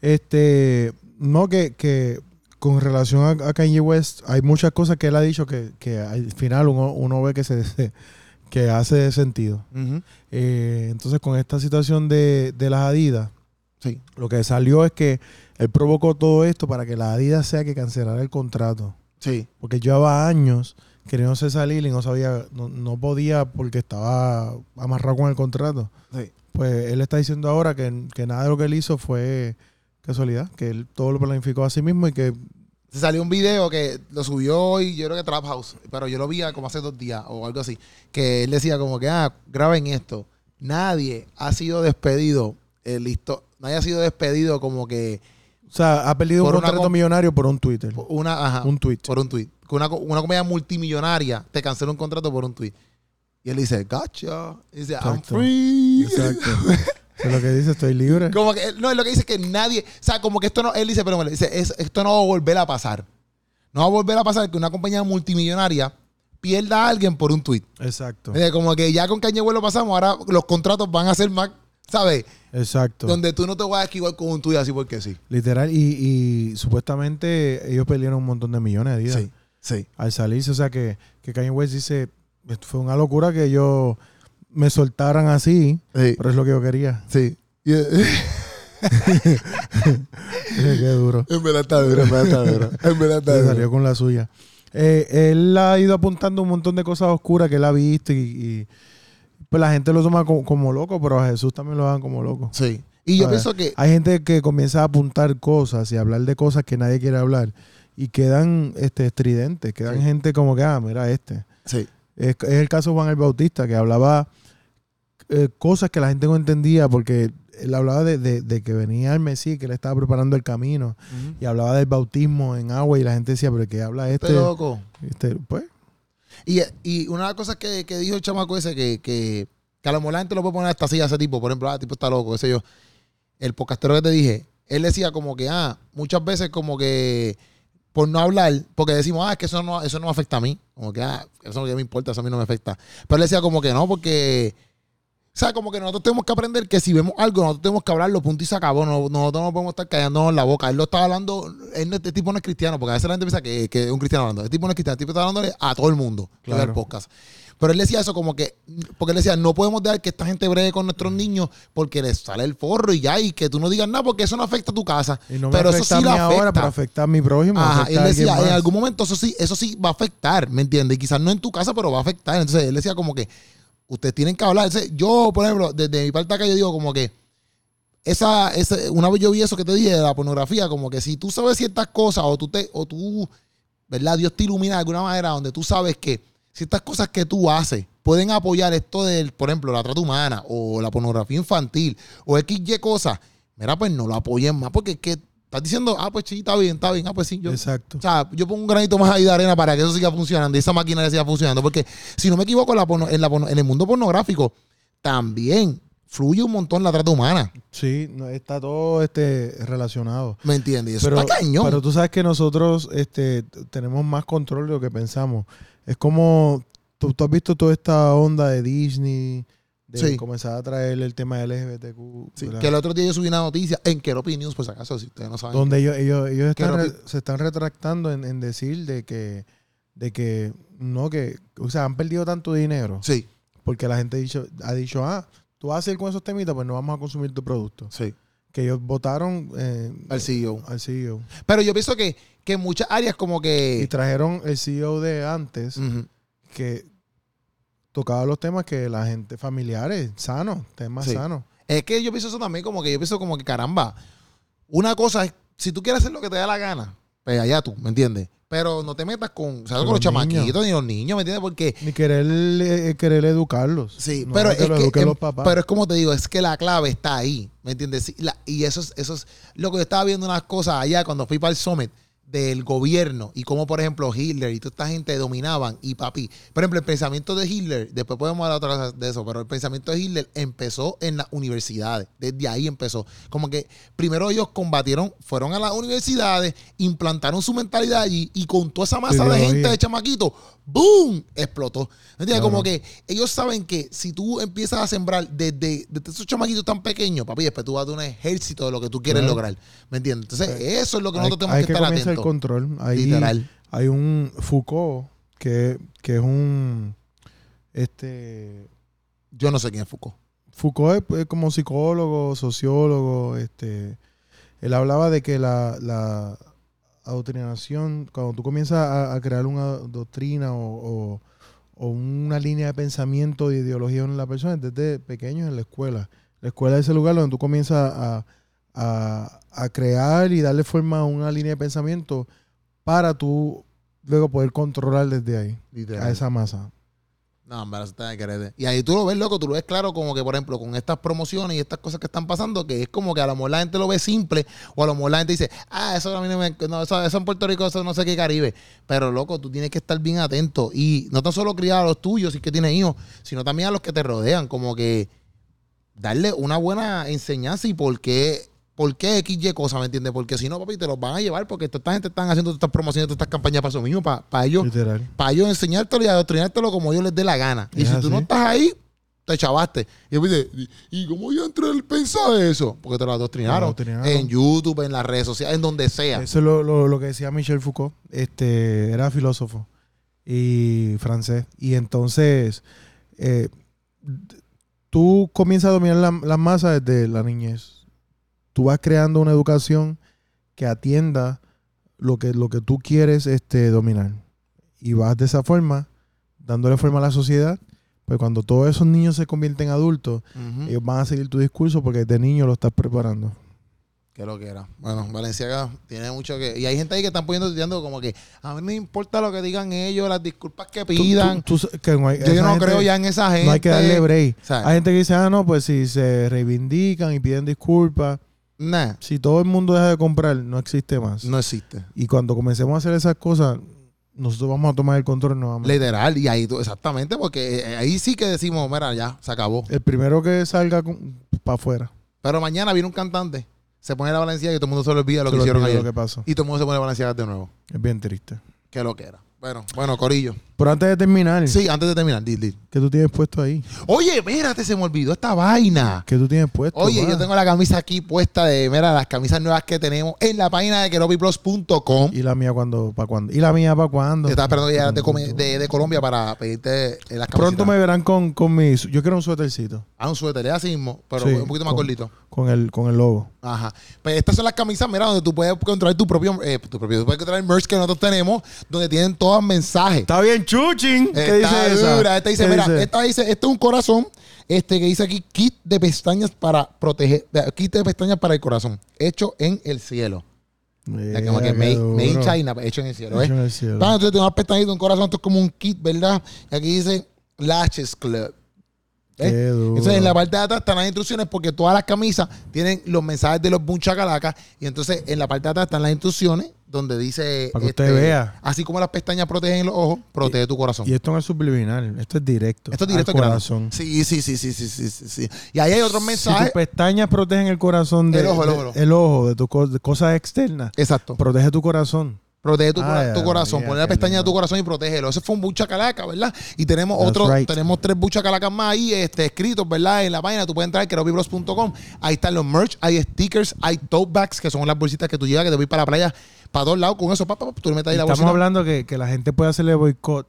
Speaker 3: Este, no, que, que con relación a, a Kanye West, hay muchas cosas que él ha dicho que, que al final uno, uno ve que se, se- que hace sentido.
Speaker 2: Ujú.
Speaker 3: Eh, entonces, con esta situación de, de las Adidas,
Speaker 2: Sí.
Speaker 3: lo que salió es que él provocó todo esto para que las Adidas sea que cancelara el contrato.
Speaker 2: Sí.
Speaker 3: Porque llevaba años queriéndose salir y no sabía, no, no podía porque estaba amarrado con el contrato.
Speaker 2: Sí.
Speaker 3: Pues él está diciendo ahora que, que nada de lo que él hizo fue casualidad, que él todo lo planificó a sí mismo y que
Speaker 2: Se salió un video que lo subió hoy, yo creo que Trap House, pero yo lo vi como hace dos días o algo así, que él decía como que, ah, graben esto. Nadie ha sido despedido, eh, listo, nadie ha sido despedido como que
Speaker 3: o sea, ha perdido
Speaker 2: Por
Speaker 3: un
Speaker 2: una
Speaker 3: contrato
Speaker 2: com-
Speaker 3: millonario por un Twitter,
Speaker 2: por una, ajá,
Speaker 3: un tweet.
Speaker 2: por un tweet. Que una, co- una comedia multimillonaria te cancela un contrato por un tweet. Y él dice, gotcha. Y dice, I'm
Speaker 3: Exacto.
Speaker 2: free.
Speaker 3: Exacto. Eso es lo que dice, estoy libre.
Speaker 2: Como que, no, es lo que dice que nadie, o sea, como que esto no, él dice, pero me lo dice, es- esto no va a volver a pasar. No va a volver a pasar que una compañía multimillonaria pierda a alguien por un tweet.
Speaker 3: Exacto.
Speaker 2: Mira, Como que ya con Kanye West lo pasamos, ahora los contratos van a ser más, ¿sabes?
Speaker 3: Exacto.
Speaker 2: Donde tú no te vas a esquivar con un tuyo así porque sí.
Speaker 3: Literal, y, y supuestamente ellos perdieron un montón de millones de Adidas.
Speaker 2: sí.
Speaker 3: al salirse. O sea que, que Kanye West dice, "Esto fue una locura que yo me soltaran así,
Speaker 2: Sí.
Speaker 3: pero es lo que yo quería.
Speaker 2: sí. Y-
Speaker 3: Qué duro.
Speaker 2: en verdad está duro, en verdad está duro. En verdad está
Speaker 3: Se
Speaker 2: duro.
Speaker 3: salió con la suya. Eh, él ha ido apuntando un montón de cosas oscuras que él ha visto y, y, pues la gente lo toma como, como loco, pero a Jesús también lo dan como loco.
Speaker 2: Sí. Y yo
Speaker 3: A ver,
Speaker 2: pienso que,
Speaker 3: Hay gente que comienza a apuntar cosas y a hablar de cosas que nadie quiere hablar y quedan este, estridentes, quedan
Speaker 2: Sí.
Speaker 3: gente como que, ah, mira este.
Speaker 2: sí,
Speaker 3: Es, es el caso de Juan el Bautista, que hablaba eh, cosas que la gente no entendía, porque él hablaba de, de- de que venía el Mesías, que le estaba preparando el camino, y hablaba del bautismo en agua, y la gente decía, pero ¿qué habla este?
Speaker 2: estoy loco.
Speaker 3: Este, pues,
Speaker 2: Y, y una de las cosas que, que dijo el chamaco ese, que, que, que a lo mejor la gente lo puede poner hasta así a ese tipo, por ejemplo, ah, tipo está loco, qué sé yo. El podcastero que te dije, él decía como que, ah, muchas veces como que por no hablar, porque decimos, ah, es que eso no, eso no me afecta a mí, como que, ah, eso no me importa, eso a mí no me afecta. Pero él decía como que no, porque, o sea, como que nosotros tenemos que aprender que si vemos algo, nosotros tenemos que hablarlo, punto y se acabó, no, nosotros no podemos estar callándonos la boca. Él lo estaba hablando, él no- este tipo no es cristiano, porque a veces la gente piensa que, que es un cristiano hablando, este tipo no es cristiano, este tipo está hablándole a todo el mundo, que ve el
Speaker 3: Claro.
Speaker 2: podcast. Pero él decía eso como que, porque él decía, no podemos dejar que esta gente bregue con nuestros niños porque les sale el forro y ya, y que tú no digas nada porque eso no afecta a tu casa.
Speaker 3: y no me
Speaker 2: pero eso
Speaker 3: afecta
Speaker 2: sí
Speaker 3: a
Speaker 2: la
Speaker 3: mí ahora, pero
Speaker 2: afecta.
Speaker 3: afecta a mi prójimo.
Speaker 2: Ajá, y
Speaker 3: afecta
Speaker 2: él
Speaker 3: a alguien
Speaker 2: decía, en
Speaker 3: más.
Speaker 2: algún momento eso sí, eso sí va a afectar, ¿me entiendes? Y quizás no en tu casa, pero va a afectar. Entonces él decía como que ustedes tienen que hablar. Ese- Yo, por ejemplo, desde mi parte acá, yo digo como que esa, esa, una vez yo vi eso que te dije de la pornografía, como que si tú sabes ciertas cosas o tú te, o tú, ¿verdad? Dios te ilumina de alguna manera donde tú sabes que ciertas cosas que tú haces pueden apoyar esto del, por ejemplo, la trata humana o la pornografía infantil o XY cosas. Mira, pues no lo apoyen más porque es que estás diciendo, ah, pues sí, está bien, está bien, ah, pues sí, yo,
Speaker 3: Exacto.
Speaker 2: o sea, yo pongo un granito más ahí de arena para que eso siga funcionando y esa máquina siga funcionando. Porque, si no me equivoco, la porno- en, la porno- en el mundo pornográfico también fluye un montón la trata humana.
Speaker 3: Sí, no, está todo este relacionado.
Speaker 2: ¿Me entiendes? Y eso está cañón.
Speaker 3: pero tú sabes que nosotros este, t- tenemos más control de lo que pensamos. Es como, tú, tú has visto toda esta onda de Disney, de
Speaker 2: Sí.
Speaker 3: comenzar a traer el tema del LGBTQ,
Speaker 2: Sí,
Speaker 3: ¿verdad?
Speaker 2: que el otro día yo subí una noticia en Keropi News, por si acaso, si ustedes no saben.
Speaker 3: donde ellos, ellos, ellos
Speaker 2: Que
Speaker 3: están
Speaker 2: lo
Speaker 3: re- se están retractando en, en decir de que, de que, no, que, o sea, han perdido tanto dinero
Speaker 2: Sí,
Speaker 3: porque la gente ha dicho, ha dicho ah, tú vas a ir con esos temitas, pues no vamos a consumir tu producto.
Speaker 2: sí,
Speaker 3: Que ellos votaron eh,
Speaker 2: al E CEO.
Speaker 3: al CEO.
Speaker 2: Pero yo pienso que, que en muchas áreas como
Speaker 3: Y
Speaker 2: que...
Speaker 3: trajeron el CEO de antes
Speaker 2: Ujú,
Speaker 3: que tocaba los temas que la gente, familiares, sanos, temas
Speaker 2: Sí.
Speaker 3: sanos.
Speaker 2: Es que yo pienso eso también como que yo pienso como que caramba. Una cosa es, si tú quieres hacer lo que te da la gana, pues allá tú, ¿me entiendes? Pero no te metas con, o sea,
Speaker 3: Con
Speaker 2: con los
Speaker 3: los niños.
Speaker 2: chamaquitos ni los niños, ¿me entiendes? Porque
Speaker 3: Ni querer, eh, querer educarlos.
Speaker 2: Sí,
Speaker 3: No,
Speaker 2: pero, es
Speaker 3: que lo
Speaker 2: que-
Speaker 3: eduquen
Speaker 2: em-
Speaker 3: los papás.
Speaker 2: pero es como te digo, es que la clave está ahí, ¿me entiendes? Sí, la- y eso es, eso es lo que yo estaba viendo unas cosas allá cuando fui para el summit del gobierno y cómo, por ejemplo, Hitler y toda esta gente dominaban y papi. Por ejemplo, el pensamiento de Hitler, después podemos hablar otra cosa de eso, pero el pensamiento de Hitler empezó en las universidades, desde ahí empezó. Como que primero ellos combatieron, fueron a las universidades, implantaron su mentalidad allí y con toda esa masa de
Speaker 3: Ideología.
Speaker 2: gente de chamaquito, ¡boom! explotó. ¿Me entiendes?
Speaker 3: Claro.
Speaker 2: Como que eh, ellos saben que si tú empiezas a sembrar desde, desde esos chamaquitos tan pequeños, papi, después tú vas a tener un ejército de lo que tú quieres
Speaker 3: Claro. Eh,
Speaker 2: lograr. ¿Me entiendes? Entonces, eso es lo que
Speaker 3: hay,
Speaker 2: nosotros tenemos
Speaker 3: hay
Speaker 2: que, estar
Speaker 3: comienza el
Speaker 2: atentos.
Speaker 3: control. Ahí
Speaker 2: Literal.
Speaker 3: hay un Foucault que, que es un este
Speaker 2: Yo no sé quién es Foucault.
Speaker 3: Foucault es pues, como psicólogo, sociólogo, este él hablaba de que la, la adoctrinación, cuando tú comienzas a, a crear una doctrina o, o- o una línea de pensamiento de ideología en la persona, desde pequeños en la escuela. La escuela es el lugar donde tú comienzas a, a- a crear y darle forma a una línea de pensamiento para tú luego poder controlar desde ahí a Ah, esa masa.
Speaker 2: No, hombre, eso está de quererte. Y ahí tú lo ves, loco, tú lo ves claro, como que, por ejemplo, con estas promociones y estas cosas que están pasando, que es como que a lo mejor la gente lo ve simple, o a lo mejor la gente dice, ah, eso a mí no me. no, eso, eso en Puerto Rico, eso no sé qué Caribe. Pero, loco, tú tienes que estar bien atento. Y no tan solo criar a los tuyos, si es que tienes hijos, sino también a los que te rodean, como que darle una buena enseñanza y por qué. ¿Por qué XY cosa, me entiendes? Porque si no, papi, te los van a llevar porque toda esta gente están haciendo todas estas promociones, todas estas campañas para eso mismo, para, para ellos
Speaker 3: Literal.
Speaker 2: para yo enseñártelo y adoctrinártelo como yo les dé la gana. Y
Speaker 3: Es
Speaker 2: si tú no
Speaker 3: así.
Speaker 2: estás ahí, te chavaste. Y yo me dice, ¿y cómo yo entré el pensar eso? Porque te lo adoctrinaron,
Speaker 3: Te lo adoctrinaron.
Speaker 2: en YouTube, en las redes sociales, en donde sea.
Speaker 3: Eso es lo, lo- lo que decía Michel Foucault. Este, era filósofo y francés. Y entonces, eh, d- tú comienzas a dominar la- las masas desde la niñez. Tú vas creando una educación que atienda lo que, lo que tú quieres este, dominar. Y vas de esa forma, dándole forma a la sociedad. Pues cuando todos esos niños se convierten en adultos,
Speaker 2: Ujú.
Speaker 3: ellos van a seguir tu discurso porque desde niño lo estás preparando.
Speaker 2: Que lo que era. Bueno, Valenciaga tiene mucho que. Y hay gente ahí que están poniendo tirando como que a mí no me importa lo que digan ellos, las disculpas que
Speaker 3: Tú- tú-
Speaker 2: pidan.
Speaker 3: tú sa- que no hay-
Speaker 2: yo
Speaker 3: esa
Speaker 2: no
Speaker 3: gente-
Speaker 2: creo ya en esa gente.
Speaker 3: No hay que darle break.
Speaker 2: O sea,
Speaker 3: Hay gente que dice, ah, no, pues si se reivindican y piden disculpas,
Speaker 2: nah,
Speaker 3: si todo el mundo deja de comprar, no existe más.
Speaker 2: no existe.
Speaker 3: Y cuando comencemos a hacer esas cosas, nosotros vamos a tomar el control nuevamente.
Speaker 2: Literal, y ahí tú, exactamente, porque eh, ahí sí que decimos, mira, ya, se acabó.
Speaker 3: el primero que salga para afuera.
Speaker 2: Pero mañana viene un cantante, se pone la Valenciaga y todo el mundo se le olvida lo
Speaker 3: Se
Speaker 2: que
Speaker 3: lo
Speaker 2: hicieron
Speaker 3: olvida
Speaker 2: ayer.
Speaker 3: lo que pasó.
Speaker 2: Y todo el mundo se pone Valenciaga de nuevo.
Speaker 3: Es bien triste.
Speaker 2: Que lo que era. Bueno, bueno, Corillo.
Speaker 3: Pero antes de terminar,
Speaker 2: Sí, antes de terminar, dil, dil.
Speaker 3: ¿qué tú tienes puesto ahí?
Speaker 2: Oye, espérate, se me olvidó esta vaina.
Speaker 3: ¿Qué tú tienes puesto?
Speaker 2: Oye,
Speaker 3: va?
Speaker 2: yo tengo la camisa aquí puesta de, mira, las camisas nuevas que tenemos en la página de keropiplus.com.
Speaker 3: ¿Y la mía cuando, para cuándo? ¿Y la mía para cuándo?
Speaker 2: Te estaba esperando llegar de, Come- de- de Colombia para pedirte eh, las camisetas.
Speaker 3: Pronto me verán con, con mi... Yo quiero un suétercito
Speaker 2: Ah, un suéter, es así mismo, pero
Speaker 3: Sí,
Speaker 2: un poquito más
Speaker 3: con-
Speaker 2: gordito.
Speaker 3: con el, con el logo.
Speaker 2: Ajá. Pues estas son las camisas, mira, donde tú puedes encontrar tu propio, eh, tu propio, tú puedes encontrar el merch que nosotros tenemos, donde tienen todas todas mensajes.
Speaker 3: Está bien, Chuchin. ¿Qué
Speaker 2: Está
Speaker 3: dice esa?
Speaker 2: dura. Esta dice,
Speaker 3: ¿Qué
Speaker 2: mira, esta dice, este es un corazón, este que dice aquí, kit de pestañas para proteger, de- kit de pestañas para el corazón, hecho en el cielo. O sea,
Speaker 3: Mira,
Speaker 2: como que
Speaker 3: qué
Speaker 2: made,
Speaker 3: duro.
Speaker 2: made in China, hecho en el cielo, ¿eh?
Speaker 3: Hecho en el cielo.
Speaker 2: Entonces, tú tienes unas pestañitas, un corazón, esto es como un kit, ¿verdad? Y aquí dice Lashes Club. ¿eh?
Speaker 3: Qué duro.
Speaker 2: Entonces, en la parte de atrás están las instrucciones porque todas las camisas tienen los mensajes de los bunchakalacas. Y entonces, en la parte de atrás están las instrucciones donde dice. este,
Speaker 3: Para que usted vea.
Speaker 2: Así como las pestañas protegen los ojos, protege tu corazón.
Speaker 3: Y esto no es subliminal, esto es directo.
Speaker 2: Esto es directo
Speaker 3: al
Speaker 2: al grano.
Speaker 3: corazón.
Speaker 2: Sí, sí, sí, sí, sí, sí, sí, sí. Y ahí hay otros
Speaker 3: Si
Speaker 2: mensajes.
Speaker 3: tus pestañas protegen el corazón de,
Speaker 2: El ojo, el
Speaker 3: de-
Speaker 2: ojo.
Speaker 3: ojo, de tus co- de cosas externas,
Speaker 2: Exacto.
Speaker 3: protege tu corazón.
Speaker 2: Protege tu, cora-
Speaker 3: Ay,
Speaker 2: tu corazón.
Speaker 3: María,
Speaker 2: Poner la
Speaker 3: qué
Speaker 2: pestaña de
Speaker 3: lindo.
Speaker 2: tu corazón y protégelo. Ese fue un buchacalaca, ¿verdad? Y tenemos
Speaker 3: That's
Speaker 2: otro,
Speaker 3: right.
Speaker 2: tenemos tres buchacalacas más ahí este, escritos, ¿verdad? En la página. Tú puedes entrar a querobibros.com. Ahí están los merch, hay stickers, hay tote bags, que son las bolsitas que tú llevas, que te voy para la playa, para todos lados. Con eso, papá, tú le metes ahí la
Speaker 3: Estamos
Speaker 2: bolsita.
Speaker 3: hablando que, que la gente puede hacerle boicot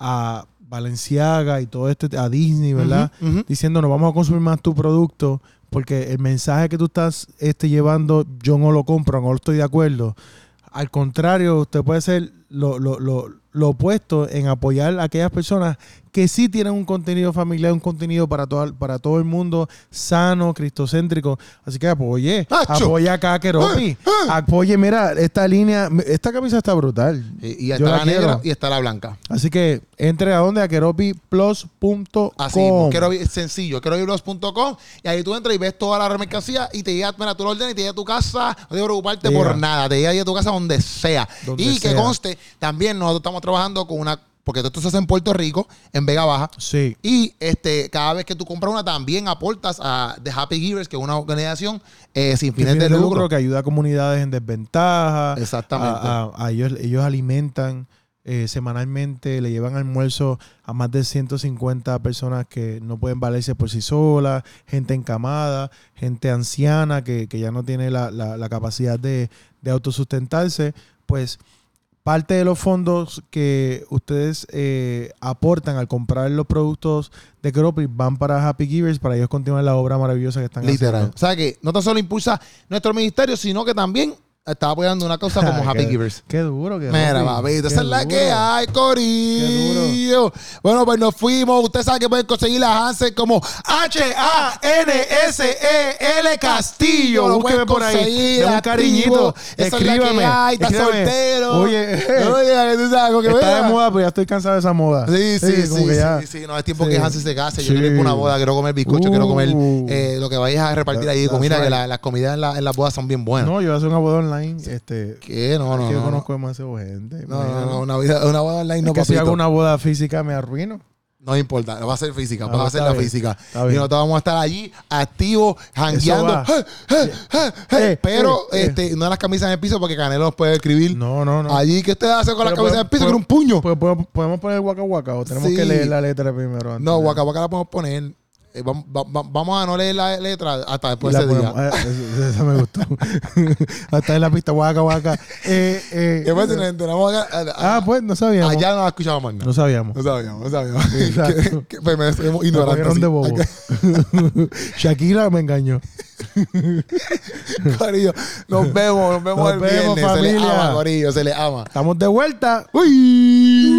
Speaker 3: a Balenciaga y todo este, a Disney, ¿verdad?
Speaker 2: Ujú, ujú.
Speaker 3: Diciendo, no vamos a consumir más tu producto porque el mensaje que tú estás este, llevando, yo no lo compro, no estoy de acuerdo. Al contrario, usted puede ser lo, lo- lo- lo opuesto en apoyar a aquellas personas que sí tienen un contenido familiar, un contenido para todo, para todo el mundo, sano, cristocéntrico. Así que apoye,
Speaker 2: ¡Acho!
Speaker 3: apoye acá a Keropi.
Speaker 2: Ah.
Speaker 3: Apoye, mira, esta línea, esta camisa está brutal.
Speaker 2: Y, y
Speaker 3: Yo
Speaker 2: está la,
Speaker 3: quiero.
Speaker 2: negra y está la blanca.
Speaker 3: Así que entre a donde a keropiplus.com.
Speaker 2: Así, mismo, quiero, es sencillo, quiero ibros.com y ahí tú entras y ves toda la mercancía y te llega, mira, tú lo ordenas y te llega a tu casa, no te preocuparte
Speaker 3: Llega.
Speaker 2: por nada, te llega ahí a tu casa donde sea.
Speaker 3: Donde
Speaker 2: y que
Speaker 3: sea.
Speaker 2: conste, también nosotros estamos trabajando con una, porque esto se hace en Puerto Rico, en Vega Baja,
Speaker 3: Sí.
Speaker 2: y este, cada vez que tú compras una también aportas a The Happy Givers, que es una organización eh, sin fines de lucro.
Speaker 3: que ayuda a comunidades en desventaja.
Speaker 2: Exactamente.
Speaker 3: A, a- a ellos, ellos alimentan eh, semanalmente, le llevan almuerzo a más de 150 personas que no pueden valerse por sí solas, gente encamada, gente anciana que, que ya no tiene la, la- la capacidad de, de autosustentarse. Pues parte de los fondos que ustedes eh, aportan al comprar los productos de Cropy van para Happy Givers para ellos continuar la obra maravillosa que están
Speaker 2: Literal.
Speaker 3: haciendo.
Speaker 2: O sea que no tan solo impulsa nuestro ministerio, sino que también está apoyando una causa como
Speaker 3: Ay,
Speaker 2: Happy
Speaker 3: qué-
Speaker 2: Givers.
Speaker 3: Qué duro, que
Speaker 2: Mira, papito, esa es la que hay,
Speaker 3: Qué
Speaker 2: Corillo. Bueno, pues nos fuimos. Usted sabe que pueden conseguir las Hansel como
Speaker 3: H-A-N-S-E-L
Speaker 2: E Castillo. Lo pueden
Speaker 3: Búsqueme por ahí.
Speaker 2: conseguir,
Speaker 3: De un
Speaker 2: activo.
Speaker 3: cariñito.
Speaker 2: Esa es la que
Speaker 3: escríbame.
Speaker 2: hay, está
Speaker 3: escríbame.
Speaker 2: soltero.
Speaker 3: Oye,
Speaker 2: Oye, la que tú sabes, como que
Speaker 3: está
Speaker 2: mira.
Speaker 3: de moda, pero ya estoy cansado de esa moda.
Speaker 2: Sí, sí, sí,
Speaker 3: como
Speaker 2: sí,
Speaker 3: que ya-
Speaker 2: sí, sí. No, es tiempo
Speaker 3: sí.
Speaker 2: que Hansel se case. Yo
Speaker 3: Sí.
Speaker 2: quiero ir para una boda, quiero comer bizcocho, quiero comer
Speaker 3: Uh.
Speaker 2: eh, lo que vayas a repartir ahí.
Speaker 3: That- that's
Speaker 2: Mira que
Speaker 3: right.
Speaker 2: la- las comidas en, la- en las bodas son bien buenas.
Speaker 3: No, yo voy a hacer una boda online. Este,
Speaker 2: ¿Qué? No, no,
Speaker 3: que yo
Speaker 2: no.
Speaker 3: conozco demasiado gente.
Speaker 2: No,
Speaker 3: mira.
Speaker 2: no, no, una, vida- una boda online no
Speaker 3: que si
Speaker 2: papito.
Speaker 3: hago una boda física me arruino.
Speaker 2: No importa, no va a ser física,
Speaker 3: Ah,
Speaker 2: va a
Speaker 3: está
Speaker 2: ser la
Speaker 3: bien,
Speaker 2: física.
Speaker 3: está
Speaker 2: Y
Speaker 3: bien.
Speaker 2: nosotros vamos a estar allí activos, jangueando.
Speaker 3: va.
Speaker 2: Eh, eh, eh, eh.
Speaker 3: Eh,
Speaker 2: Pero
Speaker 3: eh, eh.
Speaker 2: este, no las camisas en el piso porque Canelo nos puede escribir.
Speaker 3: No, no, no.
Speaker 2: Allí, ¿qué usted hace con las
Speaker 3: Pero
Speaker 2: camisas en el
Speaker 3: podemos-
Speaker 2: piso? Con un puño.
Speaker 3: Pues, ¿podemos- podemos poner guaca guaca o tenemos
Speaker 2: Sí.
Speaker 3: que leer la letra primero. antes
Speaker 2: no,
Speaker 3: de-
Speaker 2: guaca, guaca la podemos poner. Eh, vam- va- va- vamos a no leer la letra hasta
Speaker 3: Y
Speaker 2: después
Speaker 3: la
Speaker 2: de pues, ese día.
Speaker 3: ponemos- ah, esa, esa me gustó. Hasta en la pista guaca guaca. Eh, eh,
Speaker 2: Después si nos enteramos acá, a- a-
Speaker 3: ah, pues no sabíamos.
Speaker 2: allá no la escuchamos más nada.
Speaker 3: No sabíamos.
Speaker 2: No sabíamos, no sabíamos.
Speaker 3: Exacto.
Speaker 2: Que- que- pues, me- somos
Speaker 3: Me
Speaker 2: ignorantes.
Speaker 3: cogieron
Speaker 2: sí.
Speaker 3: de bobo. Shakira me engañó.
Speaker 2: Corillo, nos vemos, nos vemos
Speaker 3: Nos
Speaker 2: el
Speaker 3: vemos,
Speaker 2: viernes. Se les
Speaker 3: familia.
Speaker 2: ama, Corillo, se les ama.
Speaker 3: Estamos de vuelta.
Speaker 2: Uy.